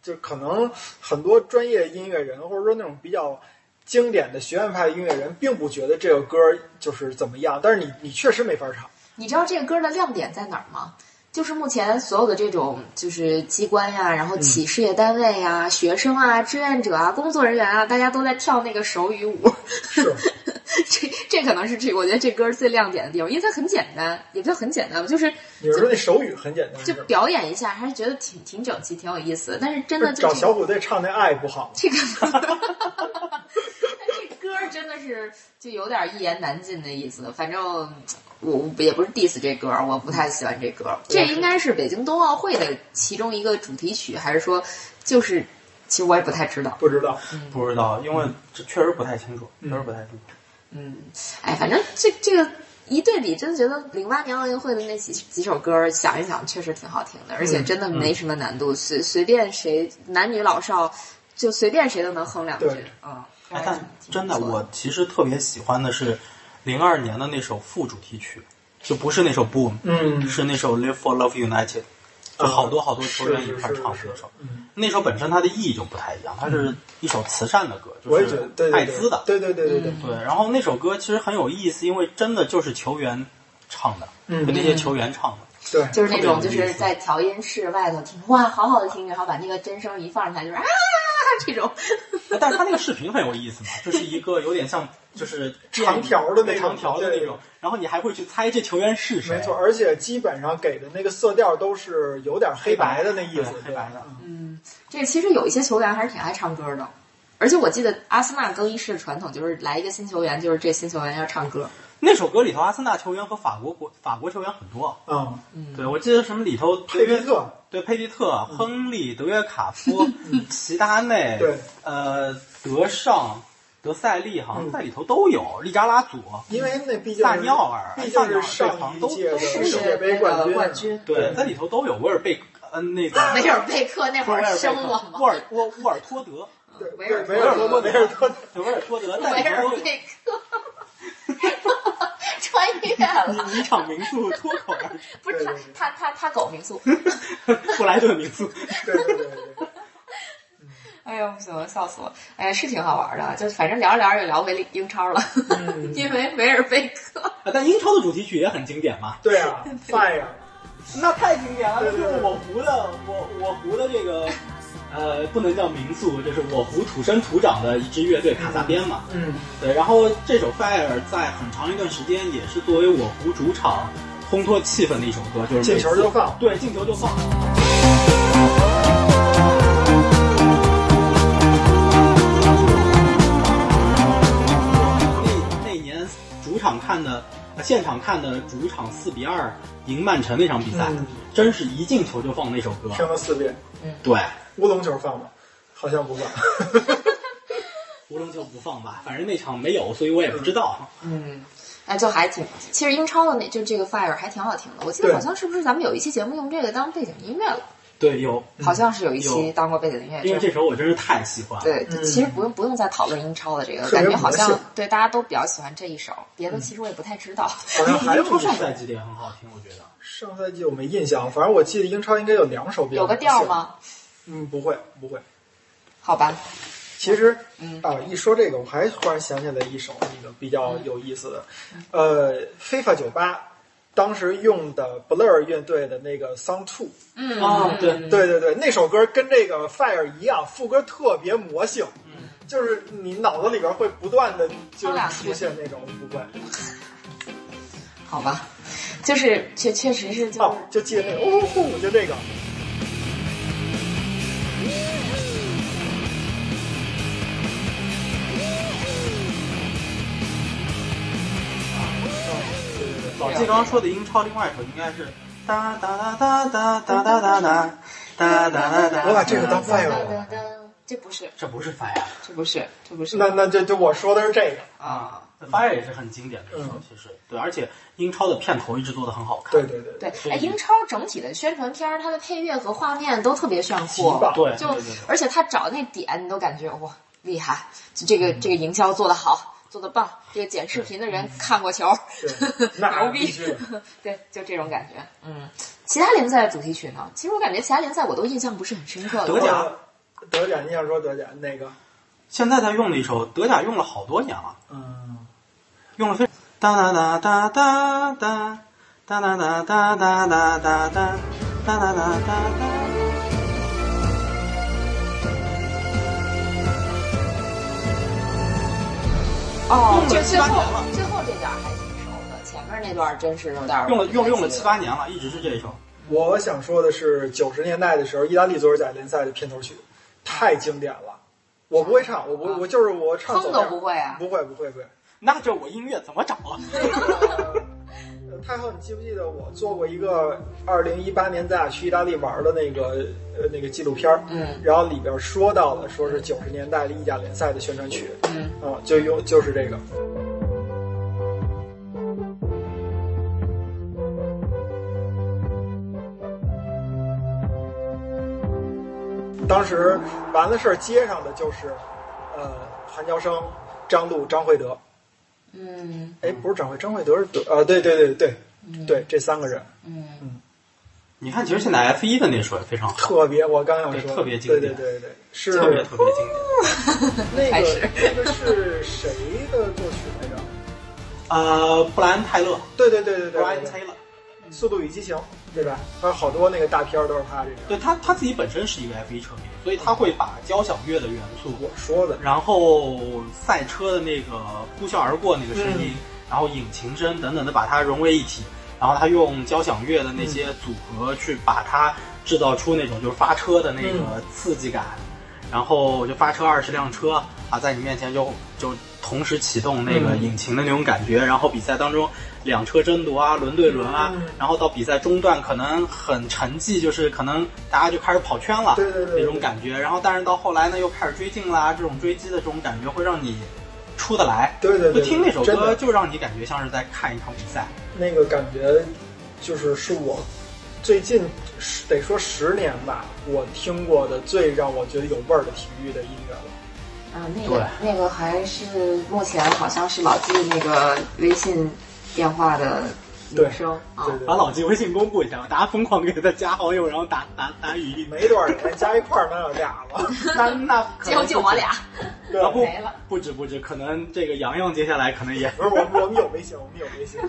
[SPEAKER 2] 就可能很多专业音乐人，或者说那种比较经典的学院派音乐人，并不觉得这个歌就是怎么样，但是你你确实没法唱。
[SPEAKER 1] 你知道这个歌的亮点在哪儿吗？就是目前所有的这种就是机关呀，然后
[SPEAKER 2] 嗯
[SPEAKER 1] 企事业单位呀、学生啊、志愿者啊、工作人员啊，大家都在跳那个手语舞。
[SPEAKER 2] 是
[SPEAKER 1] 这这可能是这我觉得这歌最亮点的地方，因为它很简单，也不叫很简单吧，就是
[SPEAKER 2] 你是说那手语很简单，
[SPEAKER 1] 就是
[SPEAKER 2] 吧
[SPEAKER 1] 表演一下，还是觉得挺挺整齐、挺有意思的。但是真的
[SPEAKER 2] 不是找
[SPEAKER 1] 就是
[SPEAKER 2] 小虎队唱那爱不好吗？
[SPEAKER 1] 这个，但哎这歌儿真的是就有点一言难尽的意思。反正我我也不是 diss 这歌儿，我不太喜欢这歌儿。这应该是北京冬奥会的其中一个主题曲，还是说就是？其实我也不太知道，
[SPEAKER 2] 不知道。
[SPEAKER 3] 不知道，因为这确实不太清楚，确实不太清楚。
[SPEAKER 1] 嗯，哎，反正这这个一对比，真的觉得零八年奥运会的那几几首歌儿，想一想确实挺好听的，而且真的没什么难度，随随便谁男女老少，就随便谁都能哼两句
[SPEAKER 2] 对，
[SPEAKER 1] 嗯。
[SPEAKER 3] 哎，
[SPEAKER 1] 还
[SPEAKER 3] 但
[SPEAKER 1] 挺挺
[SPEAKER 3] 真的，
[SPEAKER 1] 不错
[SPEAKER 3] 我其实特别喜欢的是零二年的那首副主题曲，就不是那首 Boom，
[SPEAKER 2] 嗯
[SPEAKER 3] 是那首 Live for Love United，就好多好多球员一块儿唱的那
[SPEAKER 2] 是是是是
[SPEAKER 3] 首。
[SPEAKER 2] 嗯
[SPEAKER 3] 那首本身它的意义就不太一样，它是一首慈善的歌，
[SPEAKER 2] 我
[SPEAKER 3] 就
[SPEAKER 2] 也觉得，对
[SPEAKER 3] 是
[SPEAKER 2] 对
[SPEAKER 3] 艾
[SPEAKER 2] 对
[SPEAKER 3] 滋的。
[SPEAKER 2] 对对对对对，
[SPEAKER 3] 对，然后那首歌其实很有意思，因为真的就是球员唱的，
[SPEAKER 2] 嗯
[SPEAKER 3] 就那些球员唱的。
[SPEAKER 2] 对，
[SPEAKER 1] 就是那种就是在调音室外头听，哇，好好的听，然后把那个真声一放下，就是啊 这种，
[SPEAKER 3] 但是他那个视频很有意思嘛，就是一个有点像就是
[SPEAKER 2] 长条的那种
[SPEAKER 3] 长条的那
[SPEAKER 2] 对
[SPEAKER 3] 种，然后你还会去猜这球员是谁，
[SPEAKER 2] 没错，，而且基本上给的那个色调都是有点黑白的那意思
[SPEAKER 3] 对，黑
[SPEAKER 2] 对
[SPEAKER 3] 白的。
[SPEAKER 1] 嗯，这其实有一些球员还是挺爱唱歌的，而且我记得阿森纳更衣室的传统就是来一个新球员，就是这新球员要唱歌，
[SPEAKER 3] 那首歌里头，阿森纳球员和法国国法国球员很多。啊
[SPEAKER 2] 嗯，
[SPEAKER 3] 对，我记得什么里头，
[SPEAKER 2] 佩皮特，
[SPEAKER 3] 对佩蒂特、啊
[SPEAKER 2] 嗯
[SPEAKER 3] 亨利、德约卡夫、 齐达内，
[SPEAKER 2] 对，
[SPEAKER 3] 呃，德尚、德塞利好像
[SPEAKER 2] 嗯
[SPEAKER 3] 在里头都有，利扎拉佐，
[SPEAKER 2] 因为那毕竟
[SPEAKER 3] 萨尿尔
[SPEAKER 2] 毕竟是上一届的世界杯冠军，
[SPEAKER 1] 冠军，
[SPEAKER 3] 对，在里头都有威尔贝克，呃，那个
[SPEAKER 1] 梅尔贝克那
[SPEAKER 3] 不
[SPEAKER 1] 会儿
[SPEAKER 3] 是威尔
[SPEAKER 1] 生
[SPEAKER 3] 贝
[SPEAKER 1] 我
[SPEAKER 3] 克，
[SPEAKER 1] 吗？
[SPEAKER 3] 沃尔沃沃尔托德，
[SPEAKER 2] 对
[SPEAKER 1] 梅
[SPEAKER 2] 对
[SPEAKER 1] 尔
[SPEAKER 2] 梅尔多
[SPEAKER 3] 托
[SPEAKER 2] 梅尔多，
[SPEAKER 3] 对威尔托德在
[SPEAKER 1] 梅
[SPEAKER 3] 里
[SPEAKER 1] 尔
[SPEAKER 3] 头都有
[SPEAKER 1] 贝克， 穿越了，
[SPEAKER 3] 泥场名宿脱口而
[SPEAKER 1] 不是他他他他狗民宿。
[SPEAKER 3] 出，布莱顿名 宿。
[SPEAKER 2] 对对对对对，
[SPEAKER 1] 哎呦，不行了，笑死我！哎呀，是挺好玩的，就反正聊着聊着也聊回英超了，
[SPEAKER 2] 嗯
[SPEAKER 1] 因为维尔贝克。
[SPEAKER 3] 啊但英超的主题曲也很经典嘛，
[SPEAKER 2] 对啊，fire，
[SPEAKER 3] 那太经典了
[SPEAKER 2] 对
[SPEAKER 3] 就是
[SPEAKER 2] 对对
[SPEAKER 3] 我胡的，我我胡的这个，呃，不能叫民宿，就是我胡土生土长的一支乐队卡萨边嘛。
[SPEAKER 2] 嗯，
[SPEAKER 3] 对，然后这首《Fire》在很长一段时间也是作为我胡主场烘托气氛的一首歌，就是
[SPEAKER 2] 进
[SPEAKER 3] 每次
[SPEAKER 2] 球就放
[SPEAKER 3] 对，进球就放。那那年主场看的，呃现场看的主场四比二赢曼城那场比赛，
[SPEAKER 2] 嗯
[SPEAKER 3] 真是一进球就放那首歌。
[SPEAKER 2] 听了四遍，
[SPEAKER 3] 对，
[SPEAKER 2] 乌龙球放吗？好像不放，
[SPEAKER 3] 无龙球不放吧，反正那场没有，所以我也不知道。
[SPEAKER 1] 嗯， 哎，就还挺，其实英超的那就这个 Fire 还挺好听的，我记得
[SPEAKER 2] 对
[SPEAKER 1] 好像是不是咱们有一期节目用这个当背景音乐了？
[SPEAKER 3] 对，有，
[SPEAKER 2] 嗯
[SPEAKER 1] 好像是有一期
[SPEAKER 3] 有
[SPEAKER 1] 当过背景音乐，
[SPEAKER 3] 因
[SPEAKER 1] 就
[SPEAKER 3] 为这首我真是太喜欢了。
[SPEAKER 1] 对，
[SPEAKER 2] 嗯
[SPEAKER 1] 其实不用不用再讨论英超的这个，
[SPEAKER 2] 特别
[SPEAKER 1] 感觉好
[SPEAKER 2] 魔
[SPEAKER 1] 像
[SPEAKER 2] 性
[SPEAKER 1] 对大家都比较喜欢这一首，别
[SPEAKER 2] 嗯
[SPEAKER 1] 的其实我也不太知道。
[SPEAKER 2] 好像还有
[SPEAKER 3] 英超
[SPEAKER 2] 一
[SPEAKER 3] 上
[SPEAKER 2] 首
[SPEAKER 3] 赛季的也很好听，我觉得。
[SPEAKER 2] 上赛季我没印象，反正我记得英超应该有两首比较
[SPEAKER 1] 有个调吗？
[SPEAKER 2] 嗯，不会不会。
[SPEAKER 1] 好吧，
[SPEAKER 2] 其实
[SPEAKER 1] 嗯
[SPEAKER 2] 啊，一说这个，我还忽然想起来一首那个比较有意思的，呃，FIFA 九八当时用的 Blur 乐队的那个《Song Two》，
[SPEAKER 1] 嗯
[SPEAKER 3] 哦对
[SPEAKER 1] 嗯
[SPEAKER 2] 对对对，那首歌跟这个 Fire 一样，副歌特别魔性，就是你脑子里边会不断的就
[SPEAKER 1] 唱嗯
[SPEAKER 2] 是
[SPEAKER 1] 两句嗯
[SPEAKER 2] 出现那种不会
[SPEAKER 1] 好吧，就是确确实是就是
[SPEAKER 2] 哦，就记得那个呜呼，就这个，
[SPEAKER 1] 嗯
[SPEAKER 3] 老季刚刚说的英超，另外一首应该是哒哒哒哒哒哒哒哒哒哒哒哒哒。
[SPEAKER 2] 我把这个当
[SPEAKER 1] 哒
[SPEAKER 2] fire
[SPEAKER 1] 哒
[SPEAKER 2] 了。
[SPEAKER 1] 哒哒，这不是，
[SPEAKER 3] 这不是 fire
[SPEAKER 1] 这不是，这不是
[SPEAKER 2] 那那就就我说的是这个，
[SPEAKER 1] 啊。
[SPEAKER 3] fire 也是很经典的一首
[SPEAKER 2] 嗯，
[SPEAKER 3] 其实对，而且英超的片头一直做的很好看。
[SPEAKER 2] 对对对
[SPEAKER 1] 对，
[SPEAKER 3] 所以
[SPEAKER 1] 哎，英超整体的宣传片儿，它的配乐和画面都特别炫
[SPEAKER 2] 极
[SPEAKER 1] 酷，
[SPEAKER 2] 棒，
[SPEAKER 3] 对，
[SPEAKER 1] 就
[SPEAKER 3] 对对对
[SPEAKER 1] 而且他找那点，你都感觉哇厉害，就这
[SPEAKER 3] 嗯
[SPEAKER 1] 个这个营销做得好，做得棒，这个剪视频的人看过球，
[SPEAKER 2] 对，那
[SPEAKER 1] 牛
[SPEAKER 2] 必
[SPEAKER 1] 逼
[SPEAKER 2] 须的。，
[SPEAKER 1] 对，就这种感觉。嗯，其他联赛的主题曲呢？其实我感觉其他联赛我都印象不是很深刻
[SPEAKER 3] 德
[SPEAKER 1] 了。
[SPEAKER 3] 甲
[SPEAKER 2] 呃，德甲，你想说德甲哪个？
[SPEAKER 3] 现在他用了一首德甲，用了好多年了，
[SPEAKER 2] 嗯，
[SPEAKER 3] 用了非哒哒哒哒哒哒哒哒哒哒哒哒哒哒哒哒哒哒。
[SPEAKER 1] 哦
[SPEAKER 3] 用，了
[SPEAKER 1] 哦就
[SPEAKER 3] 七
[SPEAKER 1] 最
[SPEAKER 3] 八年
[SPEAKER 1] 后
[SPEAKER 3] 了
[SPEAKER 1] 最后这点儿还挺熟的，前面那段儿真是有点儿
[SPEAKER 3] 用了用用
[SPEAKER 1] 不
[SPEAKER 3] 了
[SPEAKER 1] 太记
[SPEAKER 3] 七
[SPEAKER 1] 得
[SPEAKER 3] 八年了，一直是这一首。
[SPEAKER 2] 我想说的是，九十年代的时候，意大利足球甲联赛的片头曲太经典了。我不会唱，我不，我就是我唱
[SPEAKER 1] 啊哼
[SPEAKER 2] 走
[SPEAKER 1] 都
[SPEAKER 2] 调
[SPEAKER 1] 不会啊
[SPEAKER 2] 不会，不会，不会。
[SPEAKER 3] 那这我音乐怎么找啊？
[SPEAKER 2] 呃太后，你记不记得我做过一个二零一八年咱俩去意大利玩的那个呃那个纪录片儿？
[SPEAKER 1] 嗯
[SPEAKER 2] 然后里边说到了，说是九十年代的意甲联赛的宣传曲，
[SPEAKER 1] 嗯，
[SPEAKER 2] 啊、就用就是这个。当时完了事儿，接上的就是，呃，韩乔生、张璐、张惠德。
[SPEAKER 1] 嗯
[SPEAKER 2] 哎，不是张惠，张惠德是德，啊，对对对对对，这三个人
[SPEAKER 1] 嗯，
[SPEAKER 3] 你看，其实现在 F 一的那首也非常好，
[SPEAKER 2] 特别，我刚想
[SPEAKER 3] 对
[SPEAKER 2] 说，
[SPEAKER 3] 特别经
[SPEAKER 2] 对
[SPEAKER 3] 典
[SPEAKER 2] 对对对，是
[SPEAKER 3] 特别特别经
[SPEAKER 2] 那
[SPEAKER 3] 典。
[SPEAKER 1] 开
[SPEAKER 2] 个
[SPEAKER 1] 始
[SPEAKER 2] 那个是谁的作曲来着？
[SPEAKER 3] 呃，布莱恩泰勒，
[SPEAKER 2] 对对对对
[SPEAKER 3] 布
[SPEAKER 2] 对对
[SPEAKER 3] 莱恩
[SPEAKER 2] 对
[SPEAKER 3] 泰，勒，
[SPEAKER 2] 《速度与激情》对吧？还有好多那个大片儿都是他这个。
[SPEAKER 3] 对他他自己本身是一个 F 一车迷，所以他会把交响乐的元素，
[SPEAKER 2] 我说的，
[SPEAKER 3] 然后赛车的那个呼啸而过那个声音，
[SPEAKER 2] 嗯
[SPEAKER 3] 然后引擎声等等的把它融为一体，然后他用交响乐的那些组合去把它制造出那种就是发车的那个刺激感，然后就发车二十辆车啊，在你面前就就同时启动那个
[SPEAKER 2] 嗯
[SPEAKER 3] 引擎的那种感觉，然后比赛当中两车争夺啊，轮对轮啊，
[SPEAKER 2] 嗯
[SPEAKER 3] 然后到比赛中段可能很沉寂，就是可能大家就开始跑圈了，
[SPEAKER 2] 对对对对
[SPEAKER 3] 那种感觉，然后但是到后来呢又开始追进啦，这种追击的这种感觉会让你出得来。
[SPEAKER 2] 对对
[SPEAKER 3] 就
[SPEAKER 2] 对，
[SPEAKER 3] 听那首
[SPEAKER 2] 真
[SPEAKER 3] 歌，
[SPEAKER 2] 的
[SPEAKER 3] 就让你感觉像是在看一场比赛。
[SPEAKER 2] 那个感觉，就是是我最近十得说十年吧，我听过的最让我觉得有味儿的体育的音乐了。
[SPEAKER 1] 啊，那个那个还是目前好像是老季那个微信电话的
[SPEAKER 2] 对
[SPEAKER 1] 女生啊，
[SPEAKER 2] 对对
[SPEAKER 3] 把
[SPEAKER 2] 对，
[SPEAKER 3] 老季微信公布一下吧，大家疯狂给他加好友，然后打打打语音。
[SPEAKER 2] 没多少人加一块儿，能有俩了。
[SPEAKER 3] 那那可
[SPEAKER 1] 结果
[SPEAKER 3] 能
[SPEAKER 1] 就我俩，
[SPEAKER 2] 对
[SPEAKER 3] 啊不
[SPEAKER 1] 没了
[SPEAKER 3] 不止不止，可能这个洋洋接下来可能也
[SPEAKER 2] 不是我们，我们有微信，我们有微信。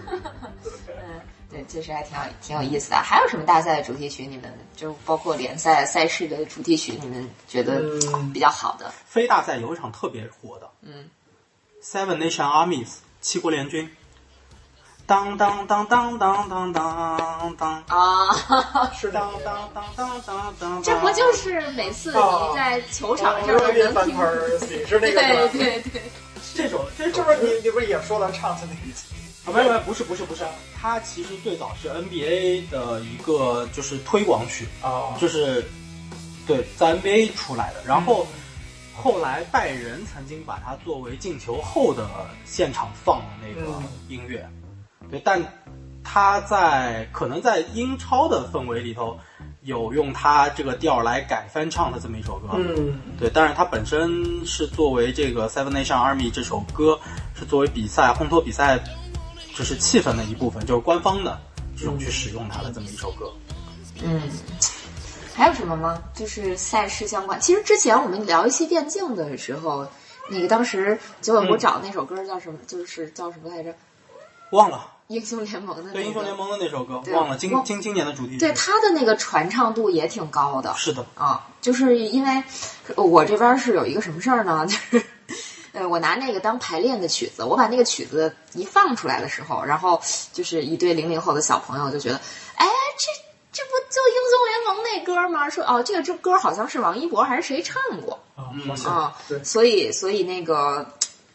[SPEAKER 1] 对，确实还挺有挺有意思的。还有什么大赛的主题曲？你们就包括联赛赛事的主题曲，你们觉得
[SPEAKER 2] 嗯
[SPEAKER 1] 比较好的？
[SPEAKER 3] 非大赛有一场特别火的，
[SPEAKER 1] 嗯
[SPEAKER 3] ，Seven Nation Armies 七国联军，当当当当当当当当。
[SPEAKER 1] 啊，
[SPEAKER 2] 是那
[SPEAKER 3] 当
[SPEAKER 2] 个
[SPEAKER 3] 当当当当当，
[SPEAKER 1] 这不就是每次你在球场上能 听？
[SPEAKER 2] 翻盆儿，你是
[SPEAKER 1] 对
[SPEAKER 2] 那个吗？
[SPEAKER 1] 对 对，
[SPEAKER 3] 这首这
[SPEAKER 2] 是
[SPEAKER 3] 首
[SPEAKER 2] 不是你？你不是也说到唱的那一集？
[SPEAKER 3] 啊，没有没有，不是不是不是，它其实最早是 NBA 的一个就是推广曲，
[SPEAKER 1] 嗯
[SPEAKER 2] 哦
[SPEAKER 3] 就是对在 NBA 出来的，然后
[SPEAKER 2] 嗯
[SPEAKER 3] 后来拜仁曾经把它作为进球后的现场放的那个
[SPEAKER 2] 嗯
[SPEAKER 3] 音乐，对，但它在可能在英超的氛围里头，有用他这个调儿来改翻唱的这么一首歌。
[SPEAKER 2] 嗯，
[SPEAKER 3] 对，但是它本身是作为这个 Seven Nation Army 这首歌是作为比赛烘托比赛，就是气氛的一部分，就是官方的这种去使用它的这么一首歌。
[SPEAKER 1] 嗯，还有什么吗？就是赛事相关。其实之前我们聊一期电竞的时候，那个当时九
[SPEAKER 3] 嗯
[SPEAKER 1] 尾狐找那首歌叫什么？就是叫什么来着？
[SPEAKER 3] 忘了，
[SPEAKER 1] 英雄联盟的那个。
[SPEAKER 3] 对英雄联。盟的那首歌，
[SPEAKER 1] 对
[SPEAKER 3] 忘了今
[SPEAKER 1] 忘
[SPEAKER 3] 今今年的主题曲。
[SPEAKER 1] 对他的那个传唱度也挺高的。
[SPEAKER 3] 是的，
[SPEAKER 1] 啊，就是因为我这边是有一个什么事儿呢？ 就是呃，我拿那个当排练的曲子，我把那个曲子一放出来的时候，然后就是一堆零零后的小朋友就觉得，哎，这这不就英雄联盟那歌吗？说哦，这个这歌好像是王一博还是谁唱过
[SPEAKER 2] 啊
[SPEAKER 3] 嗯
[SPEAKER 2] 好像
[SPEAKER 1] 啊
[SPEAKER 2] 对？
[SPEAKER 1] 所以所以那个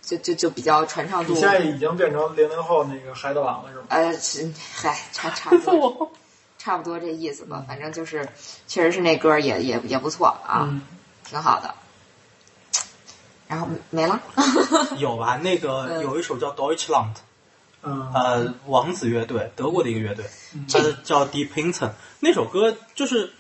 [SPEAKER 1] 就就就比较传唱度
[SPEAKER 2] 你现在已经变成零零后那个海盗王了是吗？
[SPEAKER 1] 呃，是嗨，差差不 多，差不多这意思吧。反正就是，确实是那歌儿也也也不错啊，
[SPEAKER 2] 嗯
[SPEAKER 1] 挺好的。然后没 了，
[SPEAKER 3] 有吧？那个
[SPEAKER 1] 嗯
[SPEAKER 3] 有一首叫 Deutschland，
[SPEAKER 2] 嗯，
[SPEAKER 3] 呃，王子乐队，德国的一个乐队，它
[SPEAKER 1] 这
[SPEAKER 3] 的叫 d e p i n t o n 那首歌就是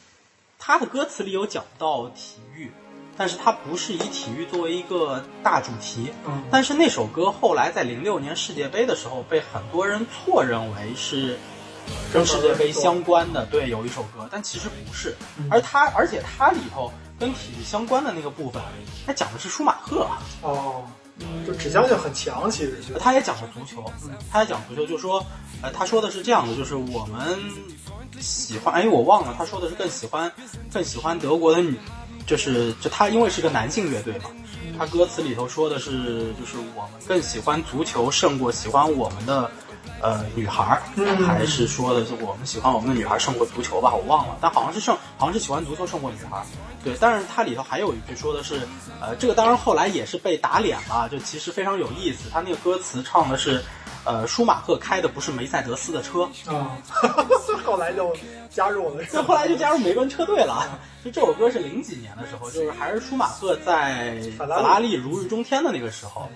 [SPEAKER 3] 它的歌词里有讲到体育，但是它不是以体育作为一个大主题。
[SPEAKER 2] 嗯
[SPEAKER 3] 但是那首歌后来在零六年世界杯的时候被很多人错认为是跟世界杯嗯相关的，对，有一首歌，但其实不是。而它，而且它里头跟体育相关的那个部分，它讲的是舒马赫。啊
[SPEAKER 2] 哦，就指向性很强，其实就
[SPEAKER 3] 他也讲了足球，他也讲足球，就说，呃，他说的是这样的，就是我们喜欢，哎，我忘了，他说的是更喜欢，更喜欢德国的女，就是就他因为是个男性乐队嘛，他歌词里头说的是，就是我们更喜欢足球胜过喜欢我们的。呃，女孩儿、
[SPEAKER 2] 嗯
[SPEAKER 3] 还是说的是我们喜欢我们的女孩儿胜过足球吧，我忘了，但好像是胜，好像是喜欢足球胜过女孩儿。对，但是它里头还有一句说的是，呃，这个当然后来也是被打脸了，就其实非常有意思。他那个歌词唱的是，呃，舒马赫开的不是梅赛德斯的车，
[SPEAKER 2] 啊， 后来就加入我们，
[SPEAKER 3] 所以后来就加入梅奔车队了。 就这首歌是零几年的时候，就是还是舒马赫在
[SPEAKER 2] 法
[SPEAKER 3] 法
[SPEAKER 2] 拉利嗯
[SPEAKER 3] 拉利如日中天的那个时候，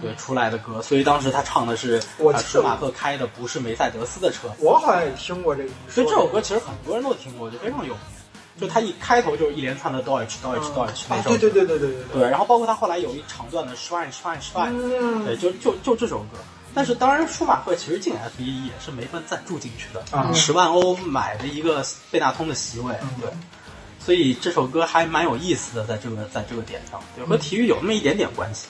[SPEAKER 3] 对出来的歌，所以当时他唱的是，
[SPEAKER 2] 我
[SPEAKER 3] 呃
[SPEAKER 2] 记得
[SPEAKER 3] 舒马赫开的不是梅赛德斯的车，
[SPEAKER 2] 我好像也听过这个，
[SPEAKER 3] 所以这首歌其实很多人都听过，就非常有名。就他一开头就是一连串的 Deutsch Deutsch Deutsch 那
[SPEAKER 2] 啊，
[SPEAKER 3] 首
[SPEAKER 2] 对
[SPEAKER 3] 歌
[SPEAKER 2] 对对对对对对，
[SPEAKER 3] 对，然后包括他后来有一长段的 Shine Shine Shine，对，
[SPEAKER 2] 嗯
[SPEAKER 3] 就就就这首歌。但是当然，舒马赫其实进 F 一也是梅奔赞助进去
[SPEAKER 2] 嗯嗯
[SPEAKER 3] 的，十、万欧买的一个贝纳通的席位，对。所以这首歌还蛮有意思的，在这个在这个点上，对，和体育有那么一点点关系。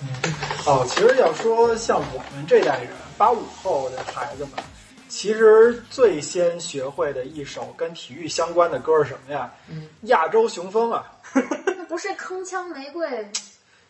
[SPEAKER 2] 哦，其实要说像我们这代人，八五后的孩子们，其实最先学会的一首跟体育相关的歌是什么呀？
[SPEAKER 3] 嗯
[SPEAKER 2] 亚洲雄风啊。
[SPEAKER 1] 那 不是铿锵玫瑰，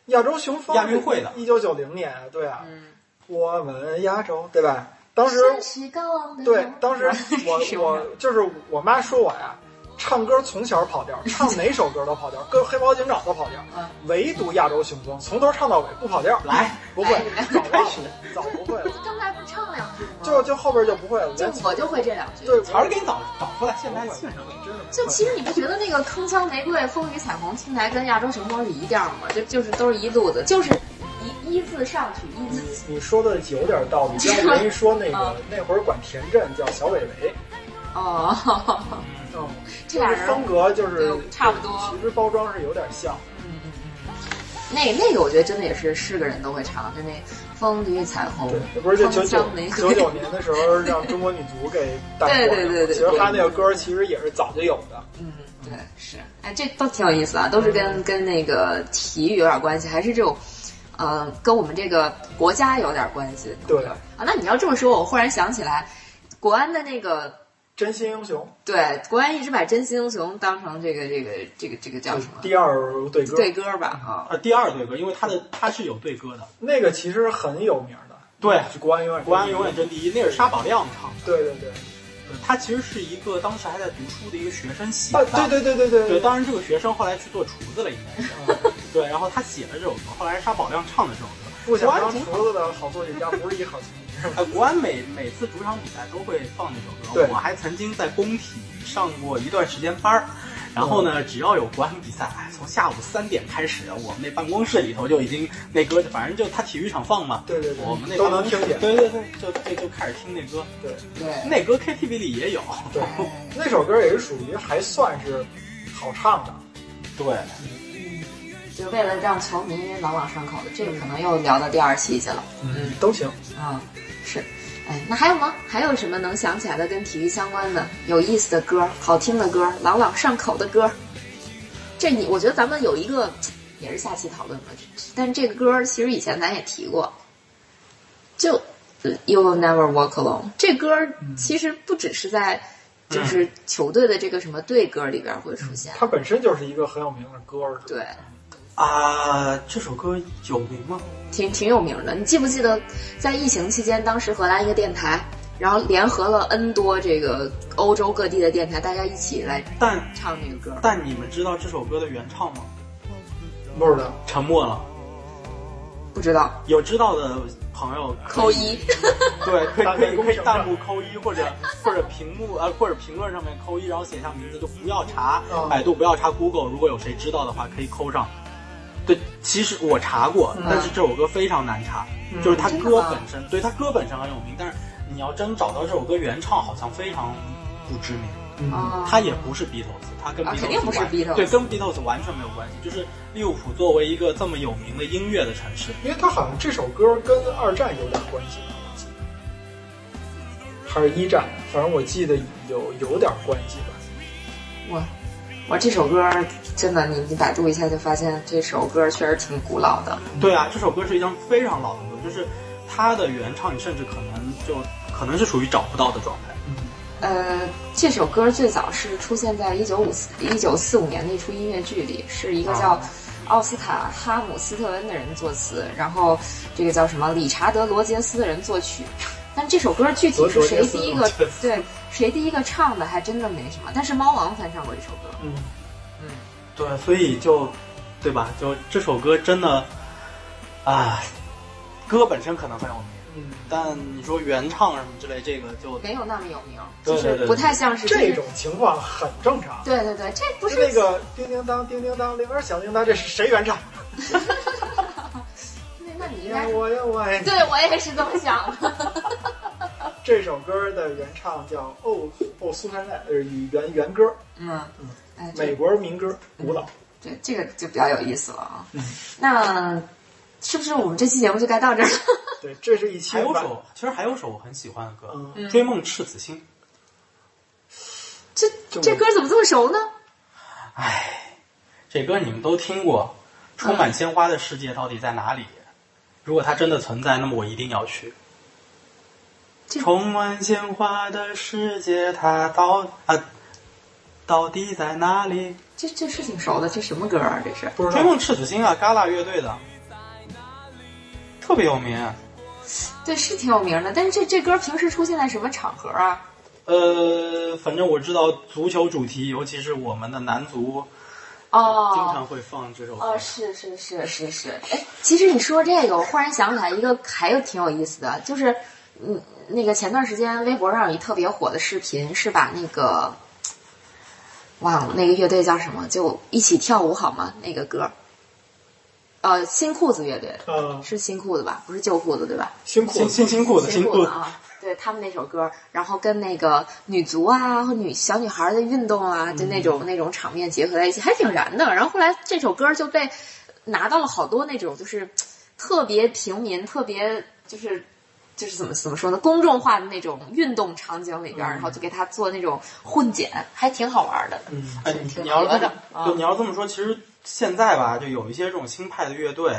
[SPEAKER 2] 亚洲雄风
[SPEAKER 3] 亚运会的
[SPEAKER 2] 一九九零年，对啊，
[SPEAKER 1] 嗯，
[SPEAKER 2] 我们亚洲， 对吧？当时
[SPEAKER 1] 山石高昂的
[SPEAKER 2] 对
[SPEAKER 1] 阳，
[SPEAKER 2] 当时 我
[SPEAKER 1] 是不
[SPEAKER 2] 我
[SPEAKER 1] 是
[SPEAKER 2] 就是我妈说我呀，唱歌从小 跑调，唱哪首歌都跑调，跟黑猫警长都跑调
[SPEAKER 1] 嗯，
[SPEAKER 2] 唯独亚洲雄风从头唱到尾不跑调，
[SPEAKER 3] 来，
[SPEAKER 2] 不会
[SPEAKER 1] 哎，
[SPEAKER 2] 早忘了，早 不会了，
[SPEAKER 1] 刚才不唱两句吗？
[SPEAKER 2] 就就后边就不会了，
[SPEAKER 1] 就
[SPEAKER 2] 连
[SPEAKER 1] 我就会这两句。
[SPEAKER 2] 对
[SPEAKER 3] 词儿给你导导出来，现在
[SPEAKER 2] 不会
[SPEAKER 3] 现场。
[SPEAKER 2] 真的不会
[SPEAKER 1] 就其实你不觉得那个铿锵玫瑰、风雨彩虹听起来跟亚洲雄风是一调吗？就就是都是一路子，就是一一字上去，一字
[SPEAKER 2] 你说的有点道理，像我一说那个
[SPEAKER 1] 嗯
[SPEAKER 2] 那会儿管田震叫小伟伟，
[SPEAKER 1] 哦。
[SPEAKER 2] 嗯，
[SPEAKER 1] 这俩人
[SPEAKER 2] 风格就是
[SPEAKER 1] 对差不多
[SPEAKER 2] 其实包装是有点像。
[SPEAKER 1] 那那个我觉得真的也是是个人都会唱，就那风雨彩虹
[SPEAKER 2] 对，不是就九
[SPEAKER 1] 铿
[SPEAKER 2] 九
[SPEAKER 1] 锵 玫
[SPEAKER 2] 九
[SPEAKER 1] 瑰，
[SPEAKER 2] 九年的时候让中国女足给带火了。
[SPEAKER 1] 对对对对
[SPEAKER 2] 其实她那个歌其实也是早就有的。
[SPEAKER 1] 嗯，对，是，哎，这都挺有意思啊，都是
[SPEAKER 2] 嗯
[SPEAKER 1] 跟跟那个体育有点关系，还是这种，呃，跟我们这个国家有点关系。
[SPEAKER 2] 对
[SPEAKER 1] 啊，那你要这么说，我忽然想起来，国安的那个
[SPEAKER 2] 真心英雄
[SPEAKER 1] 对，国安一直把真心英雄当成这个这个这个这个叫什么
[SPEAKER 2] 第二队歌，
[SPEAKER 1] 对歌吧啊。
[SPEAKER 3] 呃，第二对歌，因为他的他是有对歌的，
[SPEAKER 2] 那个其实很有名的。
[SPEAKER 3] 对
[SPEAKER 2] 是国安永远
[SPEAKER 3] 国安永远。争第一，那是沙宝亮唱的。
[SPEAKER 2] 对对对
[SPEAKER 3] 对他其实是一个当时还在读书的一个学生写的。
[SPEAKER 2] 啊，对对对对对
[SPEAKER 3] 对，当然这个学生后来去做厨子了，应 该是。对，然后他写了这首歌，后来是沙宝亮唱的这首歌。
[SPEAKER 2] 不想
[SPEAKER 3] 国安
[SPEAKER 2] 当
[SPEAKER 3] 主
[SPEAKER 2] 厨子的好作曲家不是一好青年， 是吧？
[SPEAKER 3] 呃，国安每每次主场比赛都会放这首歌。
[SPEAKER 2] 对
[SPEAKER 3] 我还曾经在工体上过一段时间班儿，然
[SPEAKER 2] 嗯
[SPEAKER 3] 后呢，只要有国安比赛，哎从下午三点开始，我们那办公室里头就已经那歌，反正就他体育场放嘛，
[SPEAKER 2] 对对对
[SPEAKER 3] 我们那
[SPEAKER 2] 都
[SPEAKER 3] 办
[SPEAKER 2] 能
[SPEAKER 3] 公室
[SPEAKER 2] 听见
[SPEAKER 3] 对对对，就就就开始听那歌，
[SPEAKER 2] 对
[SPEAKER 1] 对
[SPEAKER 3] 那歌 KTV 里也有，
[SPEAKER 2] 对，
[SPEAKER 1] 哎
[SPEAKER 2] 那首歌也是属于还算是好唱的。
[SPEAKER 3] 对，
[SPEAKER 1] 就为了让球迷朗朗上口的，这个可能又聊到第二期去了。
[SPEAKER 2] 嗯，都行。
[SPEAKER 1] 嗯，是。哎，那还有吗？还有什么能想起来的跟体育相关的有意思的歌、好听的歌、朗朗上口的歌？这你，我觉得咱们有一个也是下期讨论的，但是这个歌其实以前咱也提过，就呃《You Will Never Walk Alone》这歌其实不只是在就是球队的这个什么队歌里边会出现，
[SPEAKER 2] 它本身就是一个很有名的歌儿，
[SPEAKER 1] 对，
[SPEAKER 3] 啊，这首歌有名吗？
[SPEAKER 1] 挺挺有名的。你记不记得，在疫情期间，当时荷兰一个电台，然后联合了 N 多这个欧洲各地的电台，大家一起来
[SPEAKER 3] 但
[SPEAKER 1] 唱这个歌。
[SPEAKER 3] 但你们知道这首歌的原唱吗？
[SPEAKER 2] 不知道。
[SPEAKER 3] 沉默了，
[SPEAKER 1] 不知道
[SPEAKER 3] 有知道的朋友
[SPEAKER 1] 扣一，
[SPEAKER 3] 对，可以
[SPEAKER 2] 大
[SPEAKER 3] 可
[SPEAKER 2] 概
[SPEAKER 3] 以
[SPEAKER 2] 公
[SPEAKER 3] 可以
[SPEAKER 2] 屏
[SPEAKER 3] 弹
[SPEAKER 2] 上
[SPEAKER 3] 幕扣一，或者或者屏幕呃或者评论上面扣一，然后写下名字，就不要查
[SPEAKER 2] 嗯
[SPEAKER 3] 百度，不要查 Google，如果有谁知道的话，可以扣上。对，其实我查过，但是这首歌非常难查，就是它
[SPEAKER 1] 真的
[SPEAKER 3] 歌
[SPEAKER 1] 吗
[SPEAKER 3] 本身，对它歌本身很有名，但是你要真找到这首歌原唱，好像非常不知名。
[SPEAKER 2] 嗯
[SPEAKER 1] 哦
[SPEAKER 3] 它也不是 Beatles，它跟
[SPEAKER 1] 啊
[SPEAKER 3] Beatles
[SPEAKER 1] 肯定不是
[SPEAKER 3] 完
[SPEAKER 1] Beatles
[SPEAKER 3] 对，跟 Beatles 完全没有关系。就是利物浦作为一个这么有名的音乐的城市，
[SPEAKER 2] 因为它好像这首歌跟二战有点关系，还是一战，反正我记得有有点关系吧。
[SPEAKER 1] 我我这首歌真的，你你百度一下就发现这首歌确实挺古老的。
[SPEAKER 3] 对啊，这首歌是一张非常老的歌，就是它的原唱，你甚至可能就可能是属于找不到的状态。
[SPEAKER 1] 呃，这首歌最早是出现在一九五四一九四五年的一出音乐剧里，是
[SPEAKER 2] 啊
[SPEAKER 1] 一个叫奥斯卡·哈姆斯特恩的人作词，然后这个叫什么理查德·罗杰斯的人作曲。 但这首歌具体是谁第一
[SPEAKER 2] 罗
[SPEAKER 1] 个
[SPEAKER 2] 杰斯
[SPEAKER 1] 对谁第一个唱的还真的没什么，但是猫王翻唱过这首歌，
[SPEAKER 2] 嗯，
[SPEAKER 3] 对，所以就，对吧？就这首歌真的，啊，歌本身可能很有
[SPEAKER 2] 嗯，
[SPEAKER 3] 名，但你说原唱什么之类，这个就
[SPEAKER 1] 没有那么有名，
[SPEAKER 3] 对
[SPEAKER 1] 就是
[SPEAKER 3] 对对
[SPEAKER 1] 不太像是
[SPEAKER 2] 这种情况很正常。
[SPEAKER 1] 对对对，这不
[SPEAKER 2] 就是那个叮叮当叮叮当铃儿响叮当，这是谁原唱？哎
[SPEAKER 1] 那那你应该
[SPEAKER 2] 呀我呀我呀！
[SPEAKER 1] 对我也是这么想 的，
[SPEAKER 2] 这首歌的原唱叫哦哦苏珊奈，呃原原歌，
[SPEAKER 1] 嗯，哎，这
[SPEAKER 2] 美国民歌，古老。
[SPEAKER 1] 对，这个就比较有意思了啊。那是不是我们这期节目就该到这儿了？
[SPEAKER 2] 对，这是一期
[SPEAKER 3] 还有
[SPEAKER 2] 完
[SPEAKER 3] 首，其实还有首我很喜欢的歌，
[SPEAKER 2] 嗯
[SPEAKER 3] 追梦赤子心》。
[SPEAKER 1] 这
[SPEAKER 2] 就
[SPEAKER 1] 这歌怎么这么熟呢？
[SPEAKER 3] 唉，这歌你们都听过，《充满鲜花的世界到底在哪里》？如果它真的存在，那么我一定要去。
[SPEAKER 1] 这
[SPEAKER 3] 充满鲜花的世界，它到啊，到底在哪里？
[SPEAKER 1] 这这是挺熟的，这什么歌啊？这是
[SPEAKER 2] 不知
[SPEAKER 3] 追
[SPEAKER 2] 道
[SPEAKER 3] 梦赤子心啊，嘎啦乐队的，特别有名。啊
[SPEAKER 1] 对，是挺有名的。但是这这歌平时出现在什么场合啊？
[SPEAKER 3] 呃，反正我知道足球主题，尤其是我们的男足，经
[SPEAKER 1] 哦
[SPEAKER 3] 常会放这首歌。
[SPEAKER 1] 哦，是是是是是。哎，其实你说这个，我忽然想起来一个还有挺有意思的，就是嗯，那个前段时间微博上有一特别火的视频，是把那个忘了那个乐队叫什么，就一起跳舞好吗？那个歌，呃，新裤子乐队
[SPEAKER 2] 啊，
[SPEAKER 1] 是新裤子吧？不是旧裤子对吧？
[SPEAKER 2] 辛苦
[SPEAKER 3] 新新新裤子，
[SPEAKER 1] 新
[SPEAKER 3] 新
[SPEAKER 1] 裤子
[SPEAKER 3] 裤子。
[SPEAKER 1] 啊，对他们那首歌，然后跟那个女足啊和女小女孩的运动
[SPEAKER 2] 嗯
[SPEAKER 1] 啊，就那种、那种场面结合在一起，还挺燃的。然后后来这首歌就被拿到了好多那种就是特别平民、特别就是就是怎么怎么说呢，公众化的那种运动场景
[SPEAKER 2] 嗯
[SPEAKER 1] 里边，然后就给他做那种混剪，还挺好玩的。
[SPEAKER 2] 嗯
[SPEAKER 3] 哎，你
[SPEAKER 1] 挺
[SPEAKER 3] 你要
[SPEAKER 1] 合
[SPEAKER 3] 是这
[SPEAKER 1] 的
[SPEAKER 3] 么
[SPEAKER 1] 啊
[SPEAKER 3] 对，你要是这么说，其实现在吧，就有一些这种新派的乐队，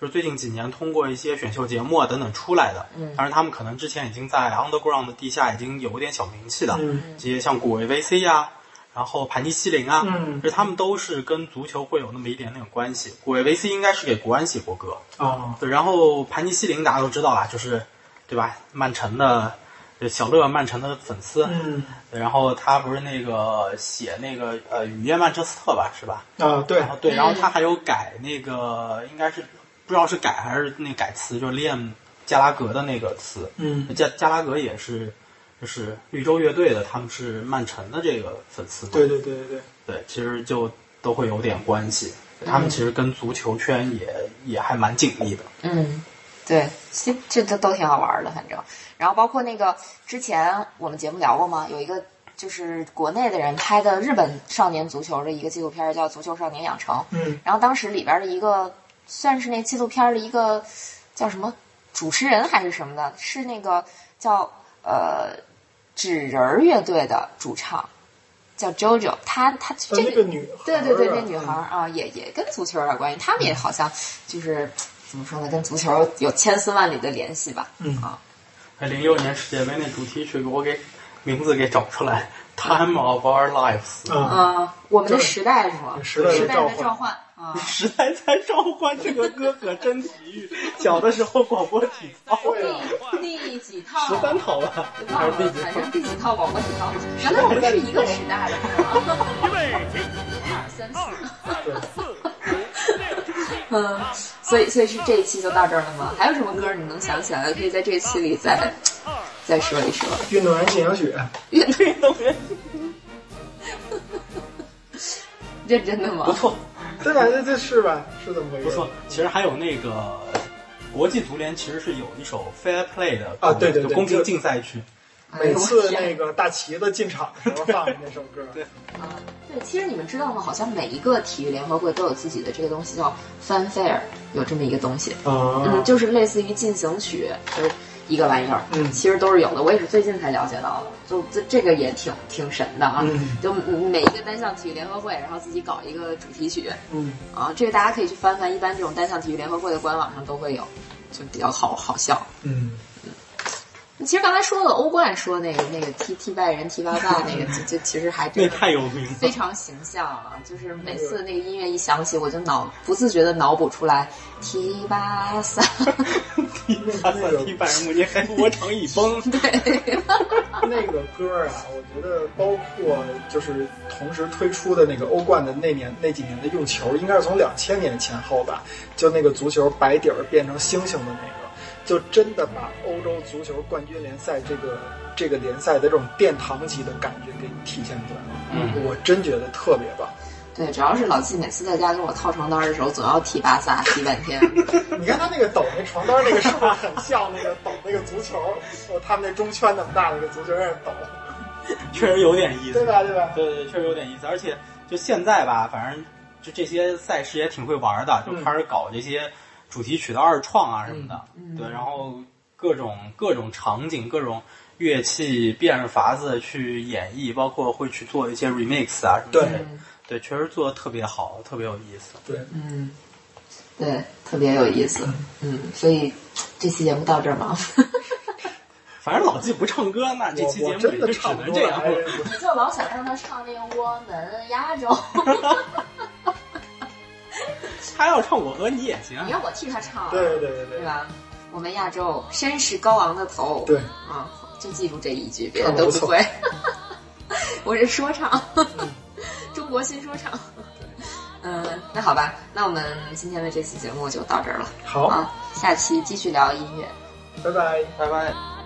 [SPEAKER 3] 就是最近几年通过一些选秀节目啊等等出来的。嗯，当然他们可能之前已经在 underground 的地下已经有一点小名气了。
[SPEAKER 2] 嗯，
[SPEAKER 3] 这些像古维 VC 呀、然后盘尼西林啊，
[SPEAKER 2] 嗯
[SPEAKER 3] 就是他们都是跟足球会有那么一点那种关系。古维 VC 应该是给国安写过歌，
[SPEAKER 2] 啊，
[SPEAKER 3] 对，然后盘尼西林大家都知道啦，就是对吧？曼城的就小乐，曼城的粉丝。
[SPEAKER 2] 嗯
[SPEAKER 3] 对然后他不是那个写那个呃《雨夜曼彻斯特》吧，是吧？
[SPEAKER 2] 啊，对
[SPEAKER 3] 然，后对，然后他还有改那个，应该是不知道是改还是那改词，就是 Liam 加拉格的那个词。
[SPEAKER 2] 嗯
[SPEAKER 3] 加加拉格也是，就是绿洲乐队的，他们是曼城的这个粉丝嘛。
[SPEAKER 2] 对对对对对，
[SPEAKER 3] 对，其实就都会有点关系。他们其实跟足球圈也、也还蛮紧密的。
[SPEAKER 1] 嗯，对，这这都都挺好玩的，反正。然后包括那个之前我们节目聊过吗？有一个就是国内的人拍的日本少年足球的一个纪录片，叫《足球少年养成》。
[SPEAKER 2] 嗯
[SPEAKER 1] 然后当时里边的一个算是那纪录片的一个叫什么主持人还是什么的，是那个叫呃纸人儿乐队的主唱，叫 JoJo，他他
[SPEAKER 2] 她
[SPEAKER 1] 这
[SPEAKER 2] 哦那个女孩
[SPEAKER 1] 对对对，
[SPEAKER 2] 儿
[SPEAKER 1] 那
[SPEAKER 2] 啊
[SPEAKER 1] 女孩儿啊，也也跟足球有点关系，他们也好像就是怎么说呢，跟足球有千丝万缕的联系吧。
[SPEAKER 2] 嗯
[SPEAKER 1] 啊，
[SPEAKER 3] 零六年世界杯那主题曲，我给名字给找出来，《Time of Our Lives》
[SPEAKER 2] 啊，
[SPEAKER 1] 啊，我们的
[SPEAKER 2] 对
[SPEAKER 1] 时代是吗？
[SPEAKER 2] 时代的
[SPEAKER 1] 的
[SPEAKER 2] 召唤
[SPEAKER 1] 召唤啊，
[SPEAKER 3] 时代在召唤，这个歌可真体育。小的时候广播体操
[SPEAKER 2] 对啊，
[SPEAKER 1] 第第几套？
[SPEAKER 3] 十三套吧，还
[SPEAKER 1] 忘
[SPEAKER 3] 是第
[SPEAKER 1] 了，
[SPEAKER 3] 几
[SPEAKER 1] 反
[SPEAKER 3] 套？
[SPEAKER 1] 正第几套广播体操，原来我们是一个时代的，嗯是吗
[SPEAKER 5] 预备，一、
[SPEAKER 1] 二三四。
[SPEAKER 5] 二、三、四、
[SPEAKER 1] 嗯，所以所以是这一期就到这儿了吗？还有什么歌你能想起来的，可以在这一期里再
[SPEAKER 5] 二。
[SPEAKER 1] 再说一说。
[SPEAKER 2] 运动员进行曲，
[SPEAKER 1] 乐队动员，认真的
[SPEAKER 3] 不
[SPEAKER 1] 吗？
[SPEAKER 3] 错，
[SPEAKER 2] 对吧？这这是吧？是这么回事？
[SPEAKER 3] 不错。其实还有那个国际足联，其实是有一首 Fair Play 的
[SPEAKER 2] 啊对对对
[SPEAKER 3] 就公平竞赛曲。
[SPEAKER 2] 每次
[SPEAKER 1] 哎呦我
[SPEAKER 2] 那
[SPEAKER 1] 天
[SPEAKER 2] 个大旗子进场的时候放的那首歌，
[SPEAKER 3] 对
[SPEAKER 1] 对，其实你们知道吗？好像每一个体育联合会都有自己的这个东西叫 fanfare，有这么一个东西，嗯，
[SPEAKER 2] 啊，
[SPEAKER 1] 就是类似于进行曲，就是一个玩意儿，
[SPEAKER 2] 嗯
[SPEAKER 1] 其实都是有的。我也是最近才了解到的，就这这个也挺挺神的啊。
[SPEAKER 2] 嗯
[SPEAKER 1] 就每一个单项体育联合会，然后自己搞一个主题曲，
[SPEAKER 2] 嗯，
[SPEAKER 1] 啊，这个大家可以去翻翻，一般这种单项体育联合会的官网上都会有，就比较好好笑。
[SPEAKER 2] 嗯，
[SPEAKER 1] 其实刚才说的欧冠说那个那个踢踢拜仁踢巴萨那个，就就其实还真
[SPEAKER 3] 那
[SPEAKER 1] 的
[SPEAKER 3] 太有名
[SPEAKER 1] 非
[SPEAKER 3] 了。
[SPEAKER 1] 常形象啊！就是每次那个音乐一响起，我就脑不自觉的脑补出来踢巴 萨，
[SPEAKER 3] 第巴萨踢拜仁慕尼黑，我场已崩。
[SPEAKER 1] 对，
[SPEAKER 2] 那个歌啊，我觉得包括就是同时推出的那个欧冠的那年那几年的用球，应该是从两千年前后吧，就那个足球白底儿变成星星的那个，就真的把欧洲足球冠军联赛这个这个联赛的这种殿堂级的感觉给体现出来了。
[SPEAKER 3] 嗯，
[SPEAKER 2] 我真觉得特别棒。
[SPEAKER 1] 对，主要是老季每次在家跟我套床单的时候，总要踢巴萨踢半 天。
[SPEAKER 2] 你看他那个抖那床单那个是不是很像那个抖那个足球？哦，他们那中圈那么大的那个足球在那抖，
[SPEAKER 3] 确实有点意思
[SPEAKER 2] 对。吧？对吧？
[SPEAKER 3] 对对，对确实有点意思。而且就现在吧，反正就这些赛事也挺会玩的，就
[SPEAKER 2] 嗯
[SPEAKER 3] 开始搞这些主题曲的二创啊什么的。
[SPEAKER 1] 嗯嗯
[SPEAKER 3] 对，然后各种各种场景、各种乐器变着法子去演绎，包括会去做一些 remix 啊什么之类的。对，确实做的特别好，特别有意思。
[SPEAKER 2] 对，
[SPEAKER 1] 嗯，对，特别有意思。嗯，所以这期节目到这儿吧。
[SPEAKER 3] 反正老纪不唱歌，那这期
[SPEAKER 2] 我
[SPEAKER 3] 节
[SPEAKER 2] 我
[SPEAKER 3] 目
[SPEAKER 2] 真
[SPEAKER 3] 也
[SPEAKER 2] 的
[SPEAKER 3] 就只
[SPEAKER 2] 唱不
[SPEAKER 3] 能
[SPEAKER 2] 出
[SPEAKER 3] 这样
[SPEAKER 2] 来
[SPEAKER 3] 了。。
[SPEAKER 1] 你就老想让他唱那个我们亚洲，
[SPEAKER 3] 他要唱我和你也行。
[SPEAKER 1] 你让我替他唱啊，
[SPEAKER 2] 对对对对
[SPEAKER 1] 对吧？我们亚洲绅士高昂的头，
[SPEAKER 2] 对，
[SPEAKER 1] 啊，就记住这一句，别的都不会。 我是说唱，
[SPEAKER 2] 嗯
[SPEAKER 1] 中国新说唱。 嗯，那好吧，那我们今天的这期节目就到这儿了
[SPEAKER 2] 好，
[SPEAKER 1] 啊，下期继续聊音乐。
[SPEAKER 2] 拜拜。
[SPEAKER 3] 拜拜。